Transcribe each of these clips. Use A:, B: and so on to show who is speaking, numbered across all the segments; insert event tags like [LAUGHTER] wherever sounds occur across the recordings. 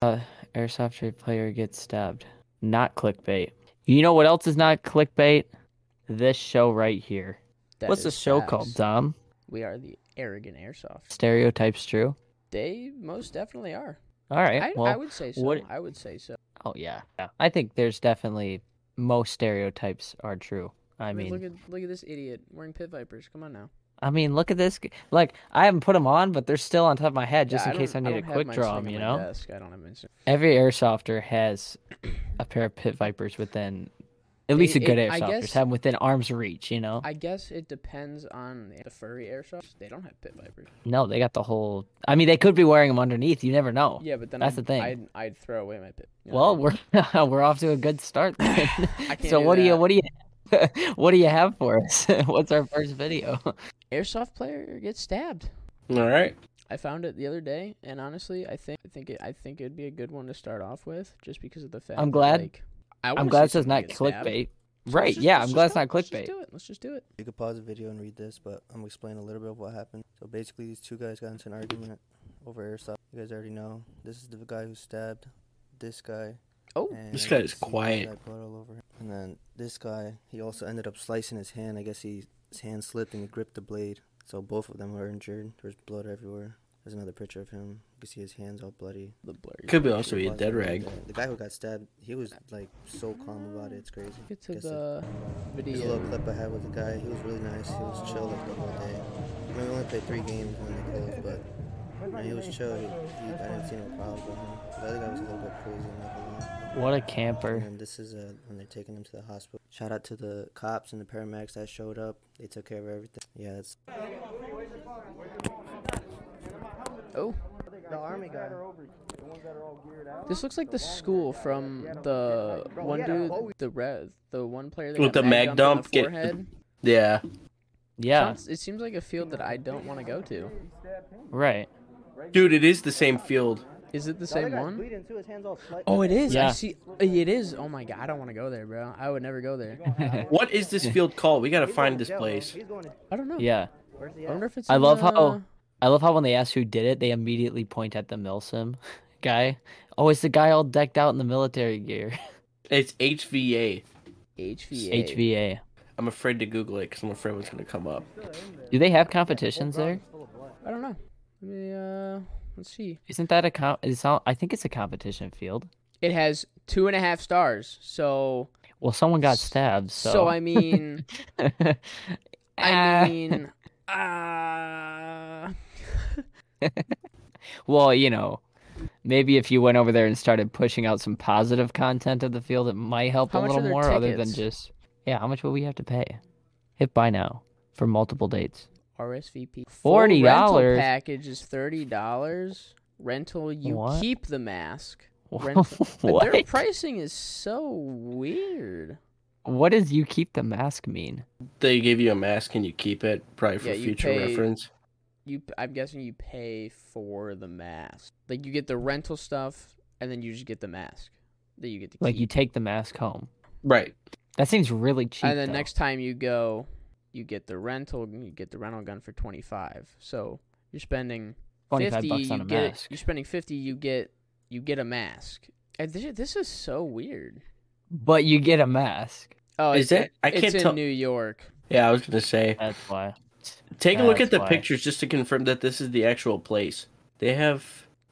A: Uh, airsoft player gets stabbed. Not clickbait. You know what else is not clickbait? This show right here.
B: That
A: What's
B: is
A: this show
B: facts.
A: called, Dom?
B: We are the arrogant airsoft.
A: Stereotypes True?
B: They most definitely are.
A: All right.
B: I,
A: Eh, well,
B: I would say so.
A: what-
B: I would say so.
A: oh, yeah. yeah. I think there's definitely most stereotypes are true. I mean,
B: look at look at this idiot wearing pit vipers. Come on now.
A: I mean, look at this. g- Like, I haven't put them on, but they're still on top of my head just
B: Yeah,
A: in
B: don't-
A: case I need
B: don't
A: to
B: have
A: quick
B: mine
A: draw
B: sitting
A: them.
B: on
A: You
B: my
A: know,
B: desk. I don't have mine sitting-
A: every airsofter has a pair of pit vipers within. At least a
B: It-
A: good
B: it- I
A: airsofter
B: guess-
A: have 'em within arm's reach. You know,
B: I guess it depends on the furry airsofts. They don't have pit vipers.
A: no, they got the whole. I mean, they could be wearing them underneath. You never know.
B: Yeah, but then
A: that's the
B: I'd,
A: thing.
B: I'd, I'd throw away my pit. you know
A: Well,
B: what
A: we're [LAUGHS] we're off to a good start.
B: [LAUGHS]
A: Then. [LAUGHS]
B: can't
A: so
B: do
A: what do you
B: that.
A: what do you [LAUGHS] what do you have for us? [LAUGHS] What's our first video?
B: I mean? airsoft player gets stabbed.
C: All right.
B: I found it the other day, and honestly, I think I think it, I think it'd be a good one to start off with, just because of the fact.
A: I'm
B: that,
A: glad-
B: like,
A: [LAUGHS] I'm glad this is not clickbait. Right? yeah, I'm glad it's not clickbait.
B: Let's just do it. Let's just do it.
D: You could pause the video and read this, but I'm explaining a little bit of what happened. So basically, these two guys got into an argument over airsoft. You guys already know. This is the guy who stabbed this guy.
B: Oh,
D: and
C: This guy is
D: you see
C: quiet.
D: got blood all over him. And then this guy, he also ended up slicing his hand. I guess he, his hand slipped and he gripped the blade. So both of them were injured. There's blood everywhere. There's another picture of him. You can see his hands all bloody.
B: the blurry.
C: Could be also be a
D: Blood's
C: dead
D: everywhere.
C: rag.
D: The- The guy who got stabbed, he was like so calm about it. It's crazy.
B: Get to
D: Guess it-
B: the
D: There's a
B: video.
D: little clip I had with the guy. He was really nice. He was chill like the whole day. I mean, we only played three games when they closed, but you know, he was chill. He, he, I didn't see no problems with him. The other guy was a little bit crazy. I'm not gonna lie.
A: What a
D: And
A: camper.
D: then this is uh, when they're taking him to the hospital. Shout out to the cops and the paramedics that showed up. They took care of everything. Yeah, that's
B: Oh,
D: the army guy.
B: this looks like the school from the one dude, the red, the one player that
C: With
B: got
C: the
B: dumped
C: mag dump,
B: in
C: get-
B: the forehead.
C: Yeah.
A: Yeah.
B: Sounds- it seems like a field that I don't want to go to.
A: Right.
C: Dude, it is the same field.
B: Is it the same one?
D: bleeding too. His hands all slight.
B: Oh, it is.
A: Yeah.
B: I see. It is. Oh my god, I don't want to go there, bro. [LAUGHS] I would never go there.
C: What is this field called? We gotta find this place.
B: I don't
A: [LAUGHS]
B: know.
A: Yeah.
D: Where's he
B: I wonder if it's.
A: I
B: in
A: love
B: the...
A: how- I love how when they ask who did it, they immediately point at the Milsim [LAUGHS] guy. Oh, it's the guy all decked out in the military gear. [LAUGHS]
C: It's HVA.
B: HVA.
A: HVA.
C: I'm afraid to Google it because I'm afraid what's gonna come up.
A: Do they have competitions there?
B: I don't know. Let me, uh, let's see.
A: Isn't that a com- it's all, I think it's a competition field.
B: It has two and a half stars. So,
A: Well, someone got stabbed, so [LAUGHS]
B: so, I mean,
A: Ah.
B: I [LAUGHS] mean, uh,
A: Well, you know, maybe if you went over there and started pushing out some positive content of the field, it might help
B: How
A: a
B: much
A: little
B: are their
A: more other than
B: tickets?
A: just yeah, how much will we have to pay? Hit buy now for multiple dates. [LAUGHS]
B: RSVP. Full
A: $40?
B: rental package is thirty dollars. Rental, you
A: What?
B: keep the mask. Rental. But Their
A: what?
B: pricing is so weird.
A: what does you keep the mask mean?
C: They give you a mask and you keep it, probably for
B: Yeah, you
C: future
B: pay-
C: reference.
B: You, I'm guessing you pay for the mask. Like you get the rental stuff, and then you just get the mask that you get to
A: Like
B: keep.
A: you take the mask home.
C: Right.
A: That seems really cheap.
B: and then
A: though.
B: next time you go, you get the rental. You get the rental gun for twenty five. So you're spending
A: 25
B: fifty.
A: bucks
B: you
A: on a
B: get
A: mask.
B: you're spending fifty. You get you get a mask. And this, this is so weird.
A: but you get a mask.
B: Oh,
C: Is
B: it's-
C: it? I
B: it's
C: can't
B: in
C: tell-
B: New York.
C: Yeah, I was gonna say.
A: That's why.
C: Take a look
A: That's
C: at the
A: why.
C: pictures just to confirm that this is the actual place. They have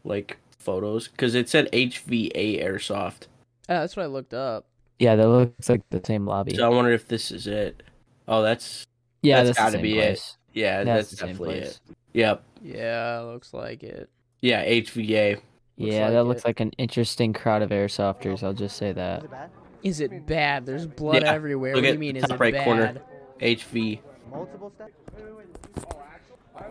C: like photos because it said HVA Airsoft,
B: Oh, that's what I looked up.
A: Yeah, that looks like the same lobby.
C: so I wonder if this is it. Oh, that's
A: yeah, that's,
C: that's gotta
A: the same
C: be it.
A: place.
C: yeah,
A: That's
C: that's,
A: the same
C: definitely
A: place.
C: it. Yep,
B: Yeah, looks like it.
C: yeah, HVA.
B: Looks
A: yeah,
B: like
A: that
B: it.
A: looks like an interesting crowd of airsofters. I'll just say that.
B: Is it bad? There's blood
C: Yeah,
B: everywhere.
C: look
B: What do
C: at
B: you mean?
C: the
B: Is it
C: top right
B: bad?
C: corner. HV.
D: Multiple steps.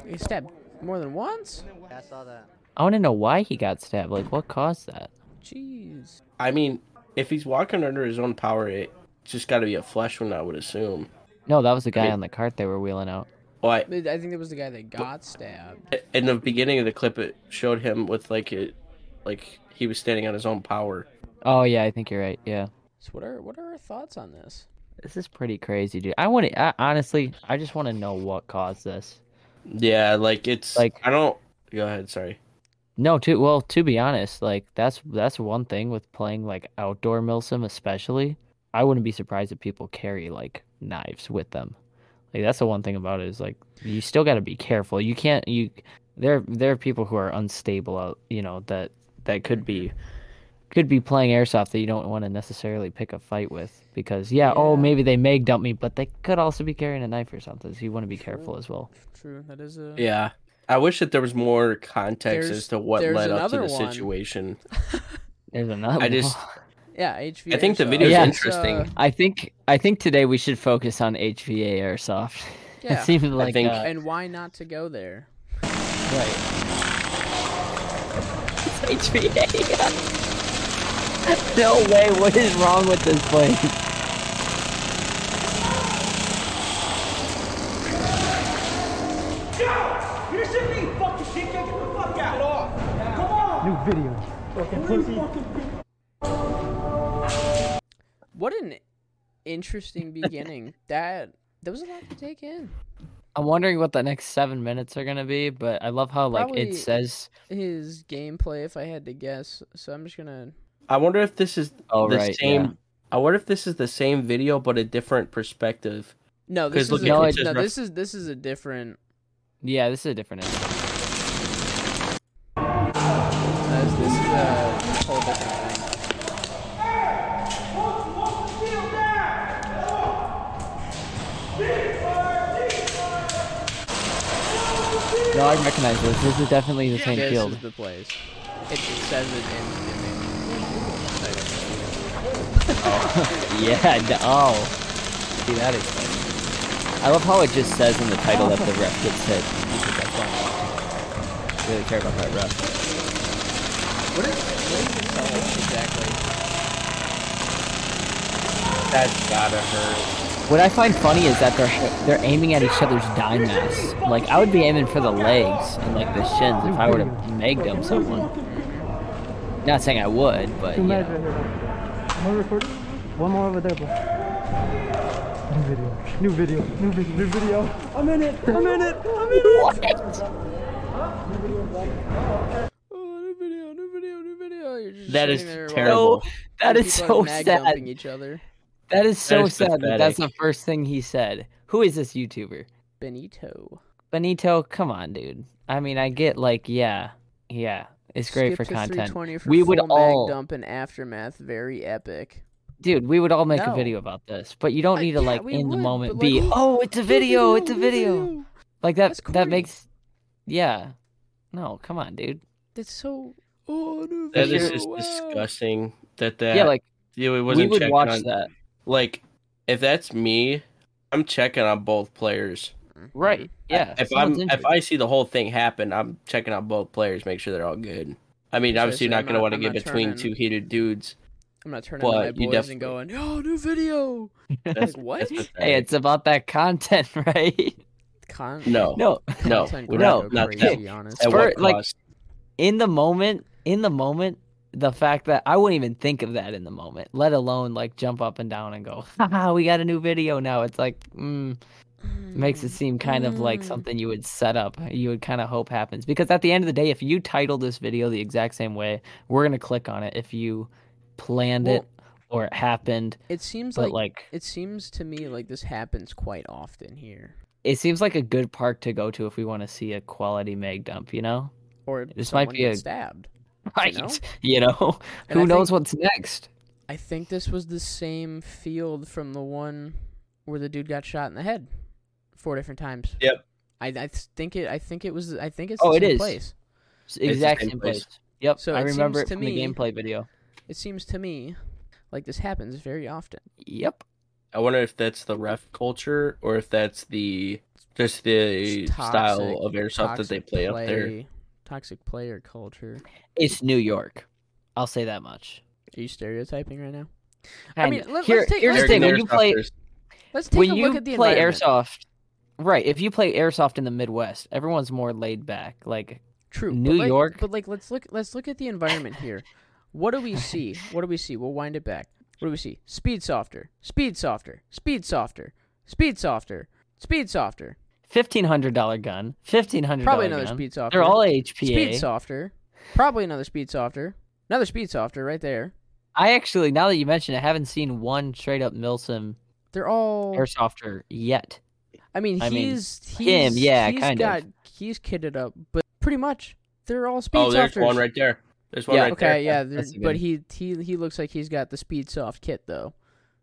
B: He stabbed more than once.
D: I saw that.
A: I want to know why he got stabbed. Like, what caused that?
B: Jeez.
C: I mean, if he's walking under his own power, it just got to be a flesh one, I would assume.
A: No, that was the guy
C: mean-
A: on the cart they were wheeling out.
C: But
B: I think that was the guy that got stabbed.
C: in the beginning of the clip, it showed him with like it, like he was standing on his own power.
A: Oh yeah, I think you're right. Yeah,
B: So what are what are our thoughts on this?
A: this is pretty crazy, dude. I want to honestly, I just want to know what caused this.
C: Yeah, like it's
A: Like-
C: like I don't. Go ahead. Sorry.
A: No, to well, to be honest, like that's that's one thing with playing like outdoor milsim, especially. I wouldn't be surprised if people carry like knives with them. Like that's the one thing about it is like you still got to be careful. You can't you there there are people who are unstable out, you know, that that could be could be playing airsoft that you don't want to necessarily pick a fight with because yeah, oh
B: Yeah.
A: maybe they may dump me, but they could also be carrying a knife or something. So you want to be careful as well.
B: True. That is a.
C: Yeah. I wish that there was more context
B: There's-
C: as to what
B: there's
C: led up to
B: another
C: the
B: one.
A: [LAUGHS]
C: situation.
A: There's another [LAUGHS]
C: I just-
A: one.
B: Yeah. HV.
C: I think the video's
A: Yeah.
C: interesting.
B: uh,
A: I think I think today we should focus on HVA airsoft. [LAUGHS]
B: Yeah.
A: it seems like
C: think-
A: uh,
B: and why not to go there?
A: Right. It's HVA. [LAUGHS] no way. What is wrong with this place?
E: Out! You shouldn't be fucking dickhead. Get the fuck out. Get off. Come on. New video. Fucking pussy.
B: What an interesting beginning. [LAUGHS] That that was a lot to take in.
A: I'm wondering what the next seven minutes are gonna be, but I love how like
B: Probably-
A: it says.
B: His gameplay, if I had to guess, so I'm just gonna.
C: I wonder if this is
A: Oh
C: the
A: right.
C: same
A: yeah.
C: I wonder if this is the same video but a different perspective.
B: No,
C: 'Cause
B: this
C: look
B: is a,
A: at
B: no,
A: it
C: says ref-
B: this is this is a different.
A: Yeah, this is a different. End.
B: uh, this is a whole different thing.
A: No, I recognize this. This is definitely the same
B: This
A: field.
B: is the place. It says it in.
A: [LAUGHS] Yeah. No, oh. See that is. Funny. I love how it just says in the title that the ref gets hit. because that's why I'm watching. Really care about that ref.
B: What is what is the song exactly?
C: That's gotta hurt.
A: What I find funny is that they're they're aiming at each other's dime mass. Like I would be aiming for the legs and like the shins if I were to meg dump someone. Not saying I would, but you
F: Two minutes right
A: know.
F: here, bro. One recording. One more over there, bro. New video. New video. New video. New video. I'm in it. I'm in it. I'm in it.
B: Oh, new video, new video, new video. You're just
C: That is
B: sitting there while
C: terrible.
A: [LAUGHS] That is
B: people
A: so
B: are mag dumping
A: sad.
B: Each other.
A: That is so
C: is
A: sad that that's the
C: pathetic.
A: first thing he said. Who is this YouTuber?
B: Benito.
A: Benito, come on, dude. I mean, I get like, yeah, yeah, it's great
B: Skip
A: for
B: to
A: content.
B: 320 for
A: We would
B: full mag
A: all,
B: dump and aftermath. Very epic.
A: dude, we would all make
B: No.
A: a video about this, but you don't
B: Uh,
A: need to
B: yeah,
A: like
B: we
A: in the
B: would,
A: moment
B: but,
A: be,
B: like,
A: oh, it's a
B: New
A: video, it's a
B: new
A: video. Like that
B: That's
A: that
B: corny.
A: makes yeah. No, come on, dude.
B: That's so. Oh, new
C: That
B: video.
C: is just
B: wow.
C: disgusting that that
A: Yeah, like
C: you know, it
A: we
C: wasn't
A: would
C: checked
A: watch
C: on.
A: that.
C: Like if that's me, I'm checking on both players.
A: Right. Yeah.
C: if
A: someone's
C: I'm if
A: injured.
C: I see the whole thing happen, I'm checking out both players, make sure they're all good. I mean,
B: That's what I
C: obviously,
B: said,
C: you're not
B: I'm
C: going to
B: not-
C: want to
B: I'm
C: get
B: not
C: between
B: turning.
C: two
A: [LAUGHS]
C: heated dudes.
B: I'm not turning to
C: But
B: my
C: you
B: boys
C: definitely-
B: and going, oh, new video.
C: That's
B: Like, what?
C: that's
A: Hey,
C: pathetic.
A: it's about that content, [LAUGHS] right?
B: Con- [LAUGHS]
C: no,
A: no.
C: no,
B: content
C: we're
B: gotta
C: not-
B: go
C: not
B: crazy, honest.
C: At
A: For-
C: what
A: like-
C: cost?
A: In the moment, in the moment, the fact that I wouldn't even think of that in the moment, let alone like jump up and down and go, [LAUGHS] haha, we got a new video now. It's like, mm, makes it seem kind of like
B: Mm.
A: something you would set up, you would kind of hope happens. Because at the end of the day, if you title this video the exact same way, we're going to click on it if you planned
B: Well-
A: it or it happened.
B: It seems
A: But
B: like,
A: like,
B: it seems to me like this happens quite often here.
A: it seems like a good park to go to if we want to see a quality mag dump, you know? [LAUGHS]
B: Or
A: This might
B: someone
A: be
B: gets
A: a-
B: stabbed.
A: Right.
B: know?
A: [LAUGHS] You know?
B: And
A: Who
B: I
A: knows
B: think-
A: what's next?
B: I think this was the same field from the one where the dude got shot in the head four different times.
C: Yep.
B: I, I think it. I think it was. I think it's.
A: Oh,
B: the
A: it
B: same
A: is.
B: Place.
A: It's the exact
C: same
A: same
C: place.
A: place. Yep.
B: So
A: I
B: it
A: remember
B: seems
A: it
B: to
A: from
B: me-
A: the gameplay video.
B: It seems to me like this happens very often.
A: Yep.
C: I wonder if that's the ref culture or if that's the just the
B: It's
C: style of
B: toxic-
C: airsoft that they
B: toxic
C: play, up there.
B: play- Toxic player culture.
A: It's New York. I'll say that much.
B: Are you stereotyping right now?
A: Kinda.
B: mean, let-
A: Here-
B: let's take-
A: here's
B: let's
A: the thing:
C: They're
A: when you play
C: airsofters.
B: Let's take
A: when
B: a
A: you
B: look at the
A: play
B: environment.
A: airsoft, right? If you play airsoft in the Midwest, everyone's more laid back. Like
B: True. but
A: New
B: like-
A: York-
B: But like, let's look. Let's look at the environment here. What do
C: [LAUGHS]
B: we see? What do we see? We'll wind it back. What do we see? Speed softer. Speed softer. Speed softer. Speed softer. Speed softer.
A: fifteen hundred dollar gun, fifteen hundred
B: Probably
A: dollar
B: another
A: gun.
B: speed softer.
A: They're all HPA.
B: Speed softer. Probably another speed softer. Another speed softer right there.
A: I actually, now that you mention it, haven't seen one straight up Milsim
B: They're all.
A: airsofter yet.
B: I mean,
A: I mean,
B: he's
A: him,
B: he's
A: yeah,
B: he's
A: kind of.
B: got he's kitted up, but pretty much they're all speed
C: Oh, there's
B: softers.
C: one right there. There's one
A: Yeah,
C: right
B: okay,
C: there.
A: [LAUGHS]
B: yeah,
A: That's
B: there-
A: a
B: but
A: good-
B: he he he looks like he's got the speed soft kit though.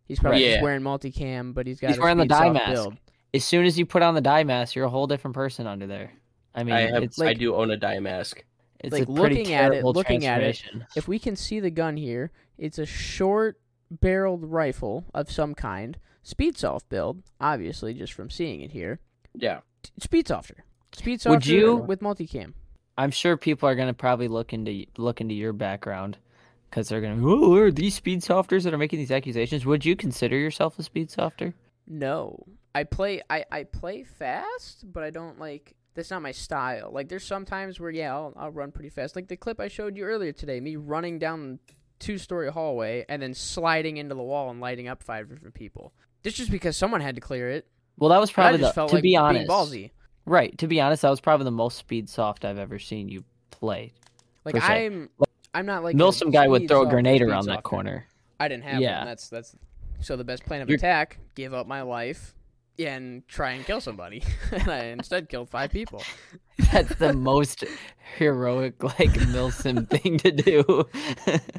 B: He's probably
C: Right.
B: just
C: Yeah.
B: wearing multicam, but he's got
A: He's
B: a
A: wearing the
B: speed soft
A: dye mask.
B: build.
A: As soon as you put on the dye mask, you're a whole different person under there. I mean,
C: I have.
A: it's
C: I
A: like,
C: do own a dye mask.
A: it's
B: like,
A: a pretty
B: looking at it-
A: terrible
B: looking at it,
A: transformation.
B: If we can see the gun here, it's a short barreled rifle of some kind, speed soft build, obviously just from seeing it here.
C: Yeah.
B: T- Speed softer, speed softer
A: Would you-
B: with multicam.
A: I'm sure people are gonna probably look into look into your background because they're gonna. Oh, are these speed softers that are making these accusations? Would you consider yourself a speed softer?
B: No, I play I I play fast, but I don't like that's not my style. Like there's sometimes where yeah I'll, I'll run pretty fast. Like the clip I showed you earlier today, me running down two story hallway and then sliding into the wall and lighting up five different people. This just because someone had to clear it.
A: Well, that was
B: and
A: probably
B: I just
A: the,
B: felt
A: to
B: like
A: be
B: being
A: honest.
B: ballsy.
A: Right, to be honest, that was probably the most speed soft I've ever seen you play.
B: Like
A: per se.
B: I'm I'm not like a
A: Milsom guy would
B: speed
A: throw a
B: softer,
A: grenade
B: speed
A: around that
B: softer.
A: corner. [LAUGHS]
B: I didn't have
A: Yeah.
B: one. That's that's so the best plan of
A: You're-
B: attack: give up my life and try and kill somebody. [LAUGHS] and I instead killed five people.
A: That's the most heroic, like
B: [LAUGHS]
A: Milsom thing to do. [LAUGHS]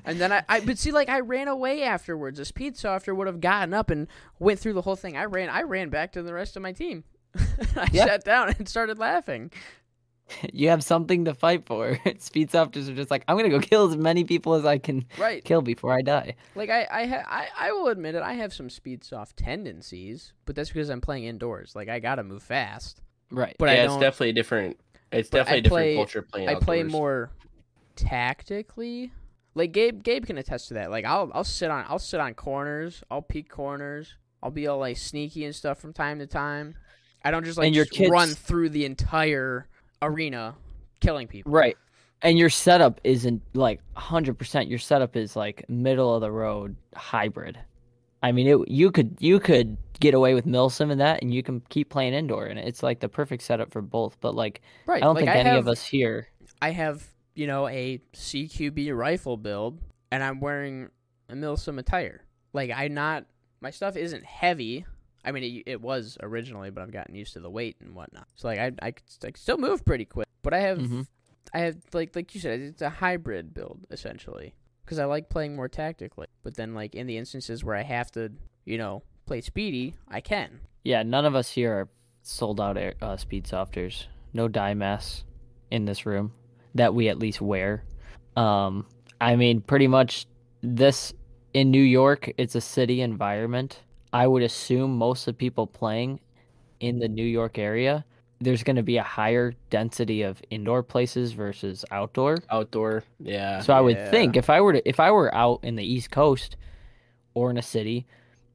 B: And then I, I, but see, like I ran away afterwards. A speed softer would have gotten up and went through the whole thing. I ran, I ran back to the rest of my team. [LAUGHS] I
A: Yeah.
B: sat down and started laughing.
A: you have something to fight for. [LAUGHS] Speed softers are just like, I'm gonna go kill as many people as I can
B: Right,
A: kill before I die.
B: like I, I, ha- I, I will admit it. I have some speed soft tendencies, but that's because I'm playing indoors. Like I gotta move fast,
A: Right.
B: but
C: yeah,
B: I
C: it's
B: don't.
C: definitely a different. It's
B: but I
C: definitely a different
B: play-
C: culture playing.
B: I play
C: outdoors.
B: more tactically. Like Gabe, Gabe can attest to that. Like I'll, I'll sit on, I'll sit on corners. I'll peek corners. I'll be all like sneaky and stuff from time to time. I don't just like
A: And your
B: just
A: kids-
B: run through the entire arena killing people.
A: Right. And your setup isn't like 100%. Your setup is like middle of the road hybrid. I mean, it, you could you could get away with Milsim and that, and you can keep playing indoor, and it's like the perfect setup for both. But like,
B: Right.
A: I don't
B: like,
A: think
B: I
A: any
B: have,
A: of us here.
B: I have you know a CQB rifle build, and I'm wearing a Milsom attire. Like I not my stuff isn't heavy. I mean, it, it was originally, but I've gotten used to the weight and whatnot. So like I I, could st- I could still move pretty quick, but I have
A: Mhm.
B: I have like like you said, it's a hybrid build essentially because I like playing more tactically. But then like in the instances where I have to you know play speedy, I can.
A: Yeah, none of us here are sold out air, uh, speed softers. No dye masks in this room that we at least wear. Um, I mean, pretty much this in New York, it's a city environment. I would assume most of the people playing in the New York area, there's going to be a higher density of indoor places versus outdoor.
C: outdoor. Yeah.
A: So I would
B: Yeah.
A: think if I were to if I were out in the East Coast or in a city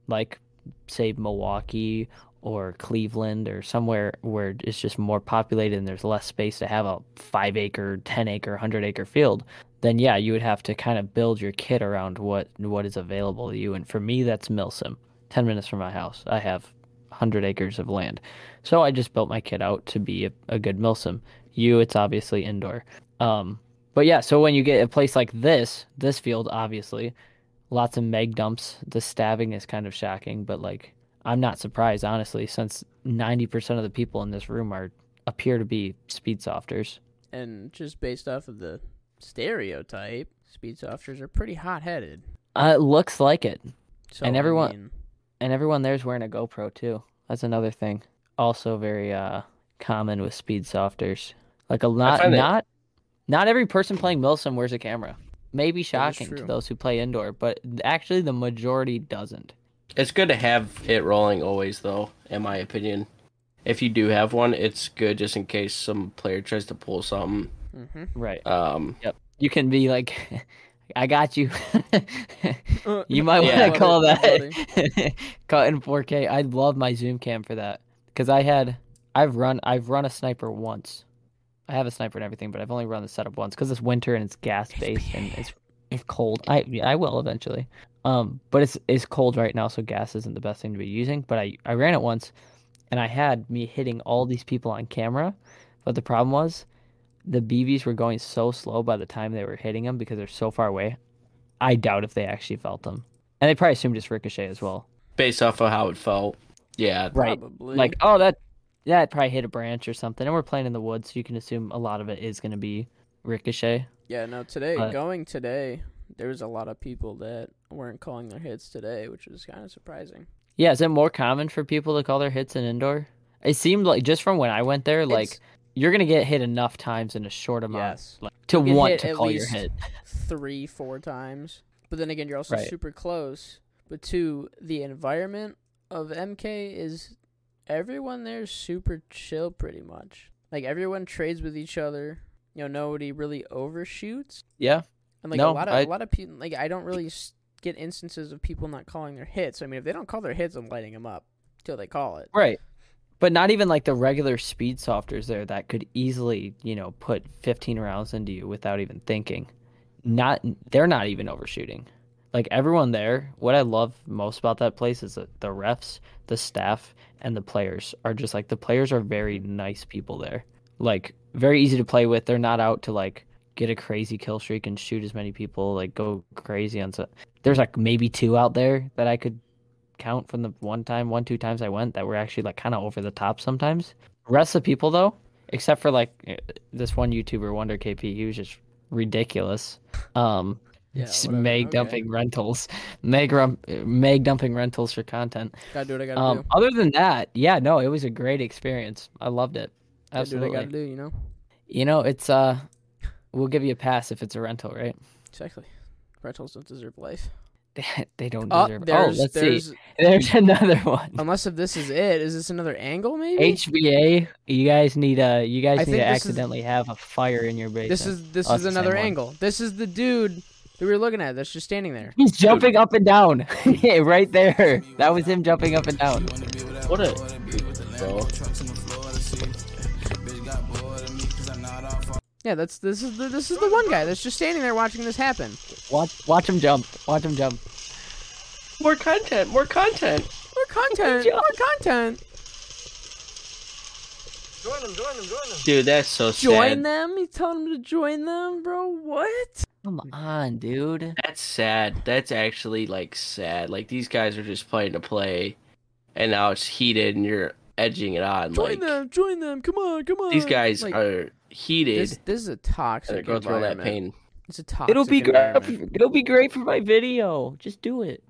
A: like say Milwaukee or Cleveland or somewhere where it's just more populated and there's less space to have a 5 acre, 10 acre, 100 acre field, then yeah, you would have to kind of build your kit around what what is available to you and for me that's Milsom, 10 minutes from my house. I have 100 acres of land. So I just built my kit out to be a, a good Milsom. You it's obviously indoor. Um but yeah, so when you get a place like this, this field, obviously, lots of meg dumps. The stabbing is kind of shocking, but like I'm not surprised honestly, since 90% of the people in this room are appear to be speed softers.
B: And just based off of the stereotype, speed softers are pretty hot headed.
A: Uh, it looks like it,
B: So
A: And everyone-
B: I mean,
A: and everyone there's wearing a GoPro too. That's another thing, also very uh common with speed softers. Like a lot,
C: find that-
A: not not every person playing Milsim wears a camera. Maybe shocking to
B: true.
A: those who play indoor, but actually the majority doesn't.
C: It's good to have it rolling always, though, in my opinion. If you do have one, it's good just in case some player tries to pull something.
B: mm-hmm.
A: Right.
C: Um,
A: you can be like, [LAUGHS] I got you. [LAUGHS]
B: Mm. Uh, [LAUGHS]
A: you might
C: yeah.
A: want to call
B: Love it,
A: [LAUGHS] that call it in 4K. I love my zoom cam for that because I had I've run I've run a sniper once. I have a sniper and everything, but I've only run the setup once because it's winter and it's gas based and it's it's cold. I yeah, I will eventually. Um, but it's it's cold right now, so gas isn't the best thing to be using. But I I ran it once, and I had me hitting all these people on camera, but the problem was the BVs were going so slow by the time they were hitting them because they're so far away. I doubt if they actually felt them, and they probably assumed it's ricochet as well.
C: based off of how it felt. Yeah,
A: Right.
B: Probably.
A: Like, oh, that yeah, it probably hit a branch or something. And we're playing in the woods, so you can assume a lot of it is going to be ricochet.
B: yeah, no, today,
A: but-
B: going today, there was a lot of people that weren't calling their hits today, which was kind of surprising.
A: Yeah, is it more common for people to call their hits an indoor? It seemed like just from when I went there, like
B: It's-
A: you're going to get hit enough times in a short amount
B: Yes.
A: like, to
B: get
A: want
B: hit
A: to
B: at
A: call
B: least-
A: your hit.
B: three, four times. But then again, you're also
A: Right.
B: super close. But two, the environment of MK is everyone there's super chill, pretty much. Like everyone trades with each other. You know, nobody really overshoots.
C: Yeah.
B: And like a
C: No,
B: lot of
C: I-
B: a lot of people, like I don't really s- get instances of people not calling their hits. I mean, if they don't call their hits, I'm lighting them up till they call it.
A: Right. But not even like the regular speed softers there that could easily, you know, put 15 rounds into you without even thinking. Not they're not even overshooting. Like everyone there, what I love most about that place is that the refs, the staff, and the players are just like the players are very nice people there. Like very easy to play with. They're not out to like get a crazy kill streak and shoot as many people, like go crazy on so there's like maybe two out there that I could count from the one time, one, two times I went that were actually like kind of over the top sometimes. Rest of the people though, except for like eh, this one YouTuber, Wonder KP, he was just ridiculous. Um,
B: Yeah,
A: s-
B: whatever,
A: Meg
B: okay.
A: dumping rentals, Meg, rum- Meg dumping rentals for content.
B: Gotta do what I gotta
A: Um,
B: do.
A: other than that, yeah, no, it was a great experience. I loved it.
B: Gotta do what I
A: Absolutely.
B: gotta do. You know,
A: You know, it's uh, we'll give you a pass if it's a rental, right? [LAUGHS]
B: exactly. Rentals don't deserve life.
A: they don't
B: Oh,
A: deserve. Oh,
B: there's,
A: let's
B: there's,
A: see. [LAUGHS] There's another one.
B: Unless if this is it, is this another angle? Maybe
A: HBA, you guys need a you
B: I
A: guys need
B: think
A: to
B: this is-
A: accidentally have a fire in your basement.
B: This is this
A: Oh, it's
B: is
A: the same
B: another
A: one.
B: angle. This is the dude that we were looking at that's just standing there.
A: He's jumping up and down. [LAUGHS] yeah, right there. That was him jumping up and down.
C: What a bro.
B: Yeah, that's this is the this is the one guy that's just standing there watching this happen.
A: Watch watch him jump. Watch him jump.
C: More content, more content.
B: More
A: [LAUGHS]
B: content,
A: Good job.
B: more content.
C: Dude, that's so sad.
B: Join them. He's telling him to join them, bro. What?
A: Come on, dude.
C: That's sad. That's actually like sad. Like these guys are just playing to play, and now it's heated, and you're edging it on.
B: Join
C: like
B: them. Join them. Come on, come on.
C: these guys
B: Like,
C: are heated,
B: This, this is a
C: and they're
B: toxic
C: going through that
B: environment.
C: pain.
B: It's a toxic.
A: It'll be great.
B: environment.
A: It'll be great for my video. Just do it.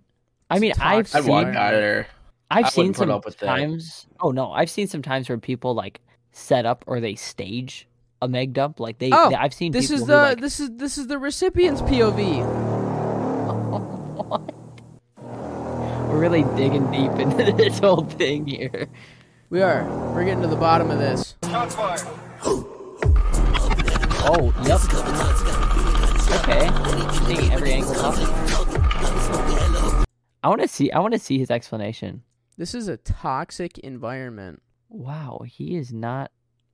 A: I
B: It's
A: mean, I've
B: toxic
C: I'd
A: seen
C: walk
B: environment.
C: out of there.
A: I've
C: I
A: seen
C: wouldn't put
A: some
C: up with that.
A: times. Oh no, I've seen some times where people like set up or they stage a meg dump. Like they,
B: Oh,
A: they- I've seen
B: This
A: people
B: is
A: who,
B: the
A: like,
B: this is this is the recipient's POV.
A: We're really digging deep into [LAUGHS] this whole thing here.
B: We are. We're getting to the bottom of this.
A: Oh, yep. Okay. Taking every angle possible. I want to see. I want to see his explanation.
B: This is a toxic environment.
A: Wow, he is not.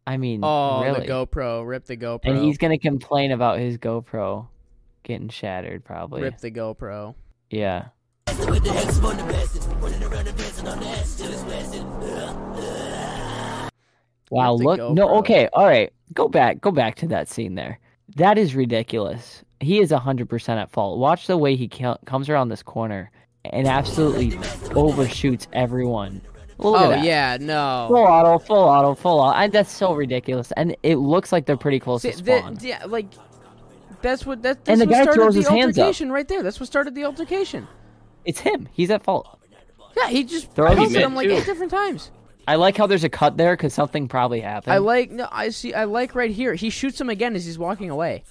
A: I mean,
B: Oh,
A: really.
B: the GoPro, rip the GoPro,
A: and he's gonna complain about his GoPro getting shattered, probably.
B: rip the GoPro.
A: Yeah. Wow,
B: With the
A: look. No,
B: GoPro.
A: okay. All right. Go back. Go back to that scene there. That is ridiculous. He is 100% at fault. Watch the way he ca- comes around this corner and absolutely overshoots everyone. Well, look at
B: oh
A: that.
B: yeah,
A: Full
B: no.
A: auto, full auto, full auto. I, that's so ridiculous. And it looks like they're pretty close
B: See,
A: to
B: the-
A: spawn.
B: yeah, like that's what that.
A: And
B: that's
A: the
B: what
A: guy
B: started
A: throws
B: the
A: his hands up.
B: altercation right there. That's what started the altercation.
A: it's him. He's at fault.
B: Yeah, he just
A: Throws his
B: pelted
C: mitt,
B: him like
C: too.
B: eight different times.
A: I like how there's a cut there because something probably happened.
B: I like no, I see. I like right here. He shoots him again as he's walking away.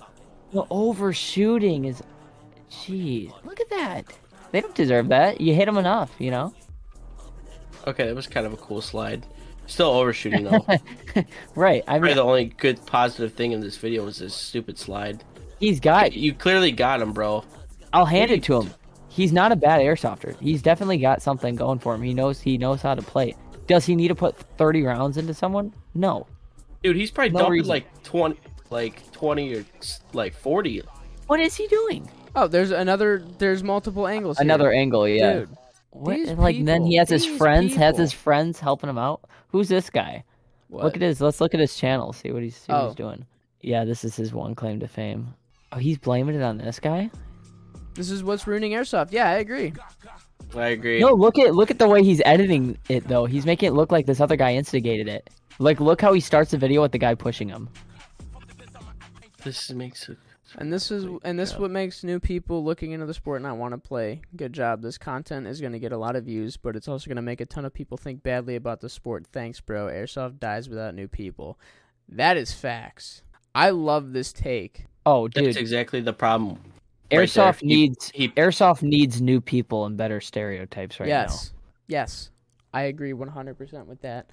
A: The overshooting is. Jeez, look at that. They don't deserve that. You hit them enough, you know?
C: Okay, that was kind of a cool slide. Still
B: [LAUGHS]
C: overshooting though.
A: Right. I
C: Probably
A: mean,
C: the only good positive thing in this video was this stupid slide.
A: he's got.
C: You clearly got him, bro.
A: I'll hand it to him. He's not a bad airsofter. He's definitely got something going for him. He knows he knows how to play. Does he need to put 30 rounds into someone? No.
C: Dude, he's probably
A: No
C: dumping
A: reason.
C: like twenty, like twenty or like forty.
A: What is he doing?
B: Oh, there's another. There's multiple angles. here.
A: Another angle, yeah.
B: dude.
A: What-
B: these
A: and, like then he
B: people-
A: has his
B: these
A: friends, has
B: people.
A: his friends helping him out. Who's this guy?
B: What?
A: Look at his. Let's look at his channel. See what he's see what
B: Oh.
A: he's doing. Yeah, this is his one claim to fame. Oh, he's blaming it on this guy?
B: This is what's ruining airsoft. Yeah, I agree.
C: I agree.
A: No, look at look at the way he's editing it though. He's making it look like this other guy instigated it. Like look how he starts the video with the guy pushing him.
C: This makes it.
B: And this is and this what makes new people looking into the sport not want to play. Good job. This content is going to get a lot of views, but it's also going to make a ton of people think badly about the sport. Thanks, bro. Airsoft dies without new people. That is facts. I love this take.
A: Oh,
C: That's
A: dude,
C: exactly the problem. right there.
A: airsoft
C: He-
A: needs
C: he-
A: airsoft needs new people and better stereotypes right
B: yes. Yes. I agree 100% with that.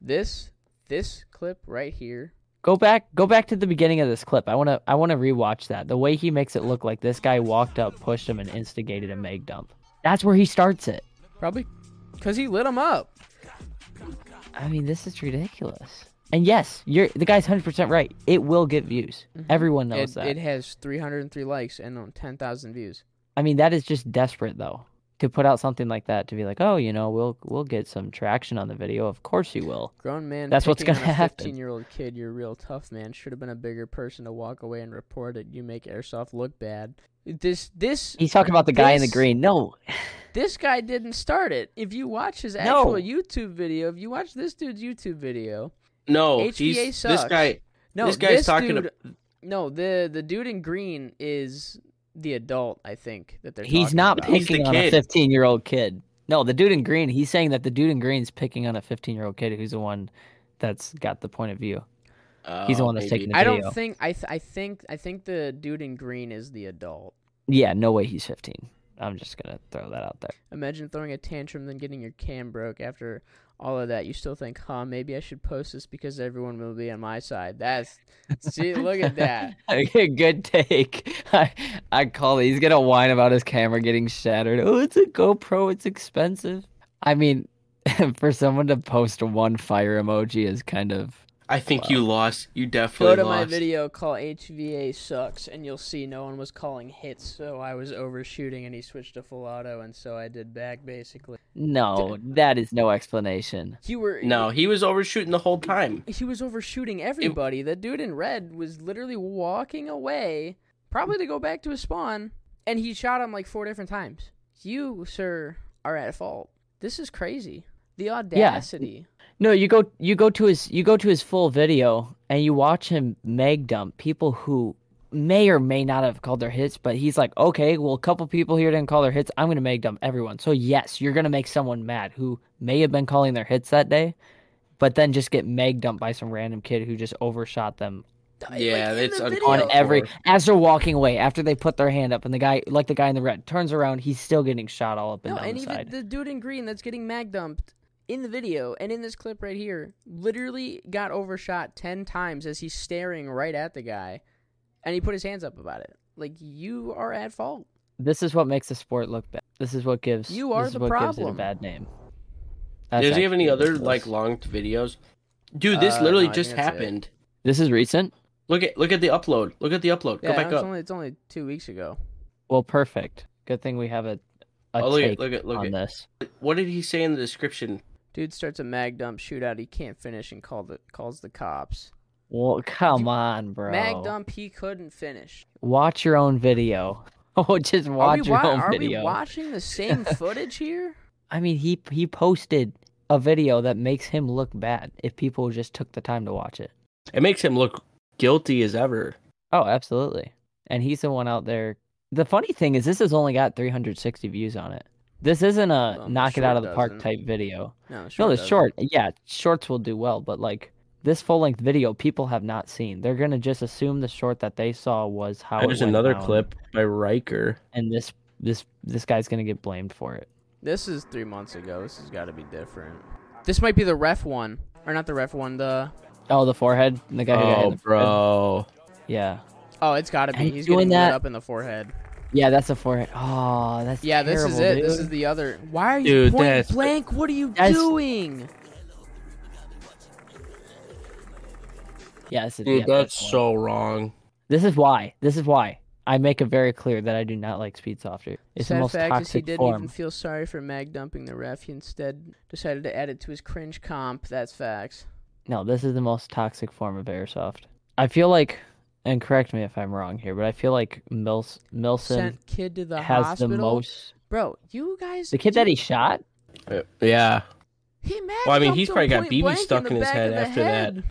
B: This this clip right here.
A: now. Go back go back to the beginning of this clip. I want to I want to rewatch that. The way he makes it look like this guy walked up, pushed him and instigated a mag dump. That's where he starts it.
B: Probably cuz he lit him up.
A: I mean, this is ridiculous. And yes, you're the guy's 100% right. It will get views. Everyone knows
B: It,
A: that.
B: it has 303 likes and um, 10,000 views.
A: I mean, that is just desperate though. To put out something like that to be like, "Oh, you know, we'll we'll get some traction on the video. Of course you will."
B: Grown man.
A: That's what's
B: picking on
A: gonna
B: a
A: happen.
B: Fifteen-year-old kid, you're a real tough man. Should have been a bigger person to walk away and report it. You make airsoft look bad. This, this,
A: He's talking about the guy in the
B: This-
A: green. No.
B: this guy didn't start it. If you watch his actual YouTube video, if you watch this dude's YouTube video,
C: No,
B: HVA
C: he's
B: sucks.
C: this guy.
B: no,
C: this guy's talking.
B: dude,
C: about
B: no, the the dude in green is the adult. I think that they're.
A: He's
B: talking
A: not
B: about.
C: He's the
A: picking on a
C: kid.
A: 15-year-old kid. No, the dude in green, he's saying that the dude in green's picking on a 15-year-old kid who's the one that's got the point of view.
C: oh,
A: He's the one that's taking the
B: I
A: video.
B: don't think. I th- I think. I think the dude in green is the adult.
A: Yeah, no way he's 15. I'm just going to throw that out there.
B: Imagine throwing a tantrum, then getting your cam broke after all of that. You still think, huh, maybe I should post this because everyone will be on my side. That's, see, look
A: [LAUGHS]
B: at that.
A: Good take. [LAUGHS] I, I call it. He's gonna whine about his camera getting shattered. Oh, it's a GoPro. It's expensive. I mean, [LAUGHS] for someone to post one fire emoji is kind of.
C: I think you lost. You
B: Go
C: definitely
B: to my
C: lost.
B: video, call HVA sucks, and you'll see no one was calling hits, so I was overshooting and he switched to full auto, and so I did back basically.
A: No, that is no explanation.
B: You were.
C: No, he was overshooting the whole time.
B: He was overshooting everybody. that dude in red was literally walking away, probably to go back to his spawn, and he shot him like four different times. You, sir, are at fault. This is crazy. The audacity.
A: No, you go you go to his you go to his full video and you watch him meg dump people who may or may not have called their hits, but he's like, okay, well, a couple people here didn't call their hits. I'm gonna meg dump everyone. So yes, you're gonna make someone mad who may have been calling their hits that day, but then just get meg dumped by some random kid who just overshot them
C: Yeah,
B: in
C: it's
B: the video.
A: on
C: uncalled
A: every
C: for.
A: as they're walking away after they put their hand up and the guy like the guy in the red turns around, he's still getting shot all up and
B: No,
A: down
B: and
A: the
B: even
A: side.
B: the dude in green that's getting mag dumped in the video and in this clip right here literally got overshot 10 times as he's staring right at the guy and he put his hands up about it. Like, you are at fault.
A: this is what makes the sport look bad. This is what gives
B: You are
A: this is
B: the
A: what gives it a
B: problem.
A: bad name. That's
C: Does he have any
A: actually
C: other
A: ridiculous.
C: like long videos? Dude, this
B: Uh,
C: literally
B: no, I think
C: just
B: that's it.
C: happened.
A: This is recent.
C: Look at look at the upload. Look at the upload.
B: Yeah,
C: Go back
B: it's,
C: up.
B: Only, it's only two weeks ago.
A: Well, perfect. Good thing we have a, a
C: Oh, look at-
A: take
C: look at- look
A: on
C: at-
A: this.
C: What did he say in the description?
B: Dude starts a mag dump shootout. He can't finish and called the, calls the cops.
A: Well, come on, bro.
B: Mag dump. He couldn't finish.
A: Watch your own video. [LAUGHS] Oh, just watch
B: are we,
A: your
B: wa-
A: own
B: are
A: video.
B: we
A: [LAUGHS]
B: watching the same footage here?
A: I mean, he he posted a video that makes him look bad. If people just took the time to watch it.
C: It makes him look guilty as ever.
A: Oh, absolutely. And he's the one out there. The funny thing is, this has only got 360 views on it. This isn't a
B: Well,
A: knock it
B: short
A: out of the park
B: doesn't.
A: type video.
B: No, the
A: no,
B: short
A: the
B: doesn't.
A: short, yeah, shorts will do well, but like this full length video, people have not seen. They're gonna just assume the short that they saw was how. it
C: There's
A: went
C: another
A: down,
C: clip by Riker.
A: and this this this guy's gonna get blamed for it.
B: This is three months ago. This has got to be different. This might be the ref one, or not the ref one. The
A: Oh, the forehead, the guy. who got hit in
C: Oh,
A: the forehead.
C: bro.
A: Yeah,
B: oh, it's got to
A: And
B: be.
A: he's
B: He's
A: doing
B: getting
A: that-
B: lit up in the forehead.
A: yeah, that's a forehead. Oh, that's
B: Yeah, this is
A: terrible,
B: it. This
A: dude.
B: is the other. Why are you
C: Dude,
B: point
C: that's-
B: blank? What are you
A: That's-
B: doing?
A: yeah, this is,
C: Dude,
A: yeah,
C: that's
A: one.
C: so wrong.
A: This is why. This is why I make it very clear that I do not like speed softer. It's
B: Sad
A: the most
B: fact is he
A: toxic
B: didn't
A: form.
B: even feel sorry for Mag dumping the ref. He instead decided to add it to his cringe comp. That's facts.
A: No, this is the most toxic form of airsoft. I feel like and correct me if I'm wrong here, but I feel like Mils- Milson
B: Sent kid to the
A: has
B: hospital.
A: the most.
B: Bro, you guys.
A: The kid that he shot?
C: Uh, Yeah.
B: He mashed
C: Well, I mean,
B: up
C: he's
B: to
C: probably got
B: point
C: BB
B: blank
C: stuck
B: the
C: in his
B: back
C: head
B: of the
C: after that.
B: head.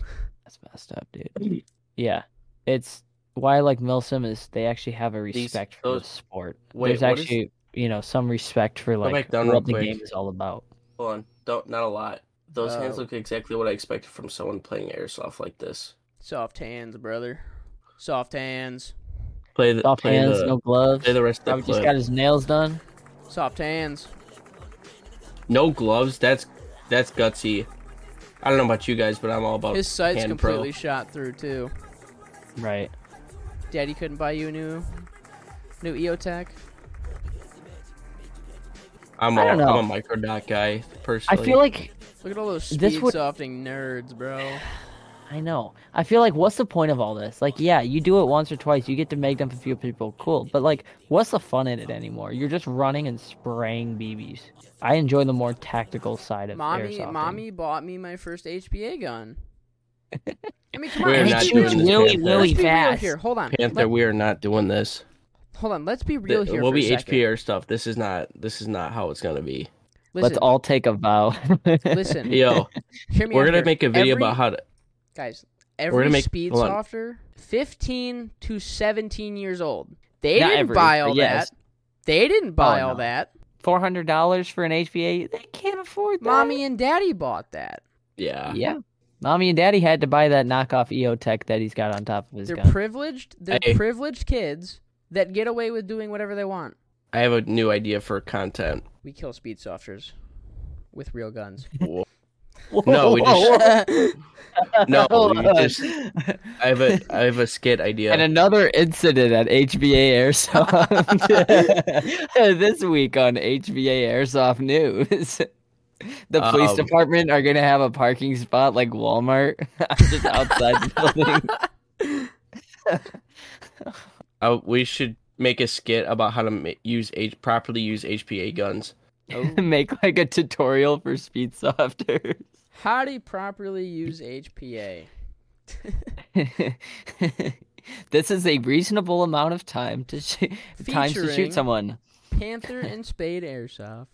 A: That's messed up, dude. Yeah. It's why I like Milsim is they actually have a respect for
C: those-
A: the sport.
C: Wait,
A: There's
C: what is-
A: actually, you know, some respect for
C: back
A: like
C: down real
A: what the
C: quick.
A: game is all about.
C: Hold on. Don't not a lot. Those
A: Uh,
C: hands
B: Oh.
C: look exactly what I expected from someone playing airsoft like this.
B: Soft hands, brother. Soft hands.
C: Play the
A: Soft
C: play
A: hands,
C: the,
A: no gloves.
C: play the rest of
A: Probably
C: the
A: just
C: clip.
A: got his nails done.
B: Soft hands.
C: No gloves. That's that's gutsy. I don't know about you guys, but I'm all about
B: His sight's
C: hand
B: completely
C: pro.
B: shot through too.
A: Right.
B: Daddy couldn't buy you a new, new E EOTech.
C: I'm
A: I
C: all,
A: don't know.
C: I'm a micro dot guy
A: I
C: personally.
A: feel like
B: Look at all those speed
A: This would-
B: softing nerds,
C: [SIGHS]
B: bro.
A: I know. I feel like what's the point of all this? Like, yeah, you do it once or twice, you get to make them a few people cool, but like, what's the fun in it anymore? You're just running and spraying BBs. I enjoy the more tactical side of
B: Mommy,
A: airsofting.
B: mommy bought me my first HPA gun. I mean, come
C: We're
B: on,
A: And
C: not
B: let's
A: it
B: be
C: doing
A: shoots
B: real.
C: this,
A: really, really
B: Let's
C: Panther.
B: be real
A: fast.
B: here. Hold on,
C: Panther, we are not doing this.
B: Let- hold on. Let's be real
C: Th-
B: here.
C: we'll
B: for
C: be
B: a second.
C: HPR stuff. This is not this is not how it's gonna be.
A: Let's
B: Listen,
A: all take a vow.
C: [LAUGHS]
B: listen. [LAUGHS]
C: Yo,
B: hear me
C: we're
B: out
C: gonna
B: here.
C: make a video
B: Every-
C: about how to
B: guys. Every
C: make-
B: speed
C: hold on.
B: softer, fifteen to seventeen years old. They
A: Not
B: didn't
A: every,
B: buy
A: but
B: all
A: yes.
B: that. They didn't buy
A: Oh,
B: all
A: no.
B: that.
A: [LAUGHS] Four hundred dollars for an HBA? They can't afford that.
B: Mommy and daddy bought that.
C: yeah.
A: yeah. Mommy and daddy had to buy that knockoff EOTech that he's got on top of his
B: They're
A: gun. [LAUGHS]
B: privileged. They're
C: Hey.
B: privileged kids that get away with doing whatever they want.
C: I have a new idea
A: [LAUGHS]
C: for content.
B: We kill speed softers with real
C: [LAUGHS]
B: guns.
C: Whoa. No, we just no,
A: Hold
C: [LAUGHS] we
A: on.
C: just I have a I have a skit idea.
A: And another incident at HBA Airsoft [LAUGHS] this week on HBA Airsoft News. [LAUGHS] The police
C: Um,
A: department are gonna have a parking spot like Walmart [LAUGHS] just outside the building.
C: Uh, we should make a skit about how to ma- use H- properly use HPA guns.
A: Make like a tutorial for speed softers. [LAUGHS]
B: How do you properly use HPA?
A: this is a reasonable amount of time to sh- times to
B: Featuring-
A: shoot someone.
B: Panther and Spade Airsoft.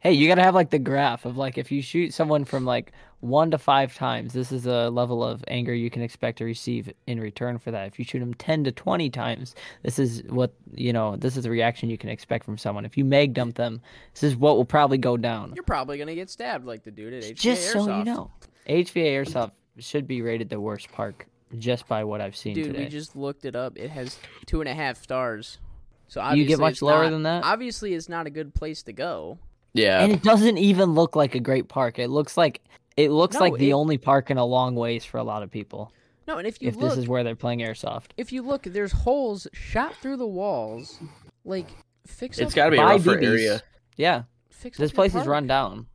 A: Hey, you gotta have like the graph of like if you shoot someone from like one to five times, this is a level of anger you can expect to receive in return for that. If you shoot them ten to twenty times, this is what you know. This is the reaction you can expect from someone. If you mag dump them, this is what will probably go down.
B: You're probably gonna get stabbed like the dude at HPA
A: just so
B: Airsoft.
A: you know, HVA airsoft should be rated the worst park just by what I've seen
B: Dude,
A: today.
B: we just looked it up. It has two and a half stars. So
A: You
B: obviously
A: get much
B: it's
A: lower
B: not-
A: than that?
B: Obviously, it's not a good place to go.
C: Yeah.
A: and it doesn't even look like a great park. It looks like it looks
B: No,
A: like the
B: it-
A: only park in a long ways for a lot of people.
B: No, and if you
A: if
B: look,
A: this is where they're playing airsoft.
B: if you look, there's holes shot through the walls. Like fix
C: It's
B: up.
C: got to be a
A: Buy
C: rougher
A: BBs.
C: area.
A: Yeah,
B: Fix
A: this
B: up your
A: place is
B: park.
A: run down.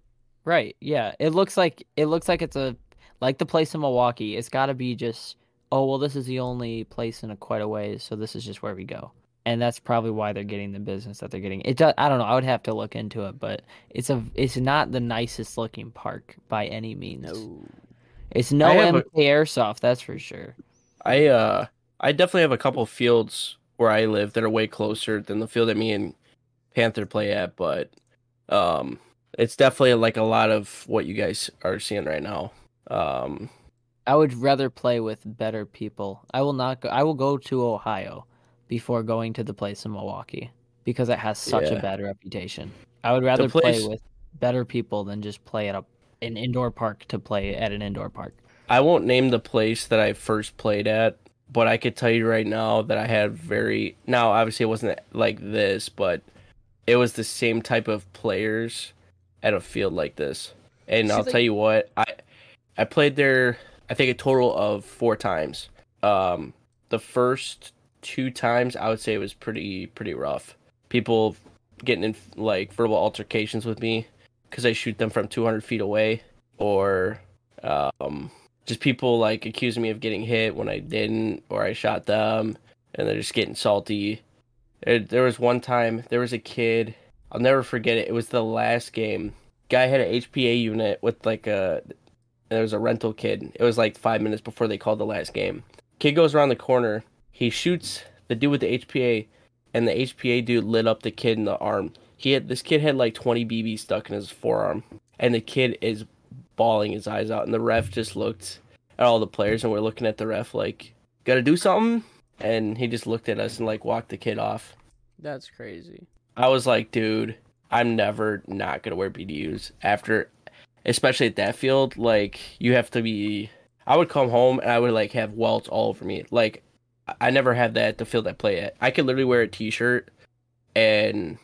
A: Right. Yeah, it looks like it looks like it's a like the place in Milwaukee. It's got to be just oh well, this is the only place in a quite a ways, so this is just where we go. And that's probably why they're getting the business that they're getting. It does, I don't know. I would have to look into it, but it's a it's not the nicest looking park by any means.
B: No.
A: It's no
C: I have a-
A: MK Airsoft, that's for sure.
C: I uh I definitely have a couple fields where I live that are way closer than the field that me and Panther play at, but um it's definitely like a lot of what you guys are seeing right now. Um
A: I would rather play with better people. I will not go. I will go to Ohio before going to the place in Milwaukee because it has such
C: Yeah.
A: a bad reputation. I would rather play
C: place-
A: with better people than just play at a, an indoor park to play at an indoor park.
C: I won't name the place that I first played at, but I could tell you right now that I had very now obviously it wasn't like this, but it was the same type of players at a field like this. And
B: See,
C: I'll
B: like-
C: tell you what, I I played there I think a total of four times. Um the first two times I would say it was pretty pretty rough. People getting in like verbal altercations with me because I shoot them from 200 feet away or um just people like accusing me of getting hit when I didn't or I shot them and they're just getting salty. There- there was one time there was a kid, I'll never forget it. It was the last game. Guy had an HPA unit with like a and there was a rental kid. It was like 5 minutes before they called the last game. Kid goes around the corner. He shoots the dude with the HPA, and the HPA dude lit up the kid in the arm. He had this kid had like 20 BB stuck in his forearm, and the kid is bawling his eyes out. And the ref just looked at all the players, and we're looking at the ref like, "Gotta do something." And he just looked at us and like walked the kid off.
B: That's crazy.
C: I was like, dude, I'm never not gonna wear BDUs after, especially at that field. Like, you have to be. I would come home and I would like have welts all over me. Like, I- I never had that at the field I play at. I could literally wear a T-shirt and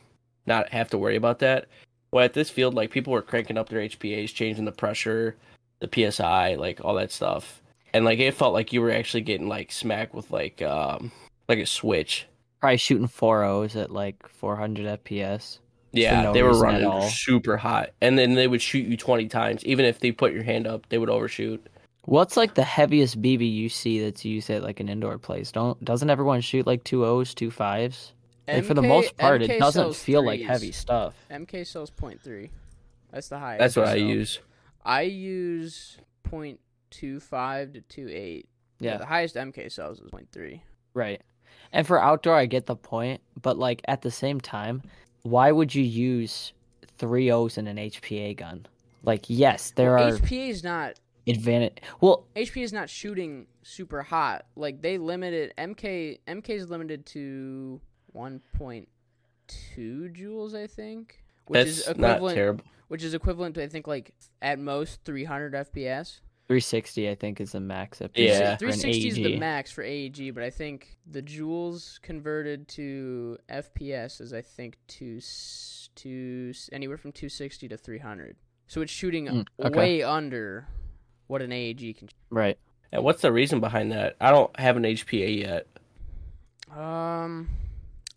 C: not have to worry about that. Well, at this field, like people were cranking up their HPA's, changing the pressure, the PSI, like all that stuff, and like it felt like you were actually getting like smacked with like um like a switch.
A: Probably shooting four O's at like 400 FPS.
C: Yeah,
A: no
C: they were
A: reason at
C: running
A: all.
C: super hot, and then they would shoot you twenty times. Even if they put your hand up, they would overshoot.
A: What's like the heaviest BB you see that's used at like an indoor place? Don't doesn't everyone shoot like two O's, two fives? Like for the
B: MK
A: most part,
B: MK
A: it doesn't
B: sells
A: feel like
B: threes.
A: heavy stuff.
B: MK sells 0.3. That's the highest.
C: That's what I
B: so.
C: use.
B: I use 0.25 to 2.8.
A: Yeah,
B: The highest MK sells is 0.3.
A: right. And for outdoor, I get the point, but like at the same time, why would you use three O's in an HPA gun? Like, yes, there are
B: HPA is not
A: advantage. Well,
B: HP is not shooting super hot. Like they limited MK MK is limited to 1.2 joules, I think, which
C: That's
B: is
C: not
B: equivalent
C: terrible.
B: which is equivalent to I think like at most 300 FPS.
A: 360, I think, is the max. FPS
C: Yeah.
A: for an E
B: 360 is the
A: AEG.
B: max for AEG, but I think the joules converted to FPS is I think to s- to s- anywhere from 260 to 300. So it's shooting
A: Mm, okay.
B: way under what an AEG can
A: Right.
C: And what's the reason behind that? I don't have an HPA yet.
B: Um,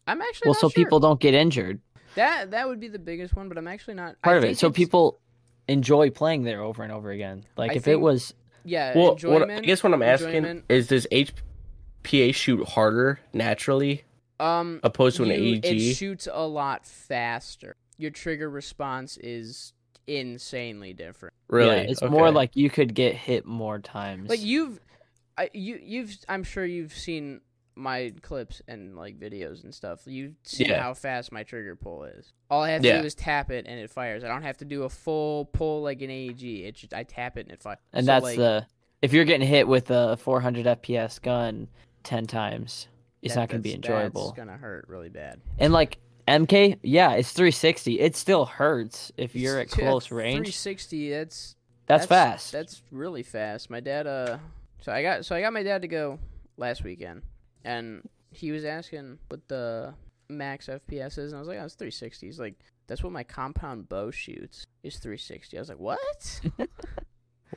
B: I'm actually
A: Well,
B: not
A: so
B: sure.
A: people don't get injured.
B: that that would be the biggest one, but I'm actually not I
A: part of
B: think
A: it. So
B: it's-
A: people enjoy playing there over and over again. Like
B: I
A: if it
B: think-
A: was Uh,
B: yeah.
C: Well, what,
B: enjoyment,
C: I guess what I'm asking
B: enjoyment.
C: is, does HPA shoot harder naturally
B: um,
C: opposed to an
B: you- it
C: AEG?
B: shoots a lot faster. Your trigger response is insanely different.
C: really,
A: yeah, it's
C: Okay.
A: more like you could get hit more times.
B: Like you've, I, you you've I'm sure you've seen my clips and like videos and stuff. You've seen
C: Yeah.
B: how fast my trigger pull is. All I have to
C: Yeah.
B: do is tap it and it fires. I don't have to do a full pull like an AEG. It just, I tap it and it fires.
A: and
B: So,
A: that's
B: like,
A: the if you're getting hit with a 400 FPS gun 10 times, it's
B: that-
A: not going to be
B: that's- that's
A: enjoyable.
B: gonna hurt really bad.
A: And like MK, yeah, it's 360. It still hurts if you're at
B: It's- yeah,
A: close range.
B: 360. That's,
A: That's, fast.
B: That's really fast. My dad. Uh, so I got so I got my dad to go last weekend, and he was asking what the max FPS is, and I was like, oh, it's 360. He's like, that's what my compound bow shoots is 360. I was like, what?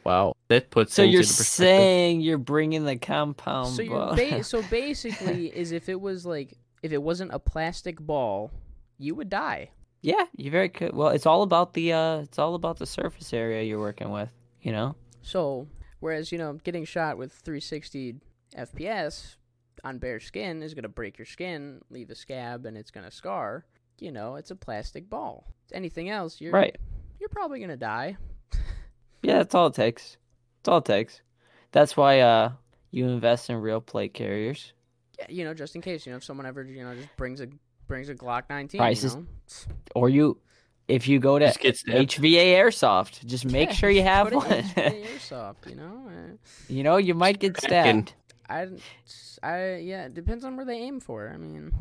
C: wow. That puts
A: so
C: things
A: you're
C: into perspective.
A: saying you're bringing the compound
B: so
A: ball-
B: you're
A: [LAUGHS]
B: ba- so basically is if it was like if it wasn't a plastic ball, you would die.
A: Yeah, you very could. Well, it's all about the uh it's all about the surface area you're working with, you know?
B: So, whereas, you know, getting shot with 360 FPS on bare skin is going to break your skin, leave a scab, and it's going to scar. You know, it's a plastic ball. Anything else, you're,
A: Right.
B: you're probably going to die.
A: Yeah, that's all it takes. That's all it takes. That's why uh you invest in real plate carriers.
B: Yeah, you know, just in case, you know, if someone ever, you know, just brings a brings a Glock 19,
A: Prices-
B: you know.
A: Or you if you go to
C: Just get stabbed.
A: HVA Airsoft, just [LAUGHS] make
B: Yeah,
A: sure you
B: just
A: have
B: [LAUGHS] put it
A: one.
B: in the airsoft, you know. Uh,
A: [LAUGHS] you know, you might get
C: Cracking.
A: stabbed.
B: I, I, yeah, it depends on where they aim for. I mean,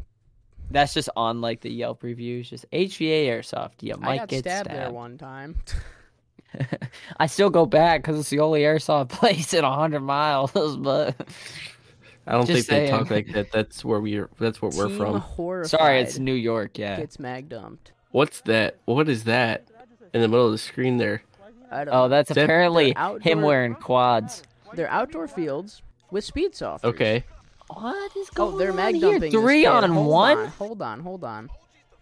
A: That's just on like the Yelp reviews, just HVA Airsoft. You
B: I
A: might
B: got
A: get
B: stabbed
A: stabbed.
B: there one time.
A: I still go back cuz it's the only airsoft [LAUGHS] place in 100 miles, but
C: I don't think
A: Just
C: they talk
A: saying.
C: like that. That's where we're. That's where we're
B: [LAUGHS] Team
C: from.
B: Horrified
A: sorry, it's New York, yeah.
B: gets mag dumped.
C: What's that? What is that in the middle of the screen there?
B: I don't
A: Oh, that's
C: Except-
A: apparently
B: They're
A: him
B: outdoor-
A: wearing quads.
B: They're outdoor fields with speed soft.
C: Okay.
A: What is going
B: Oh, they're
A: on
B: mag
A: here?
B: dumping. this
A: Three
B: kid.
A: on
B: Hold
A: one?
B: on, hold on, hold on.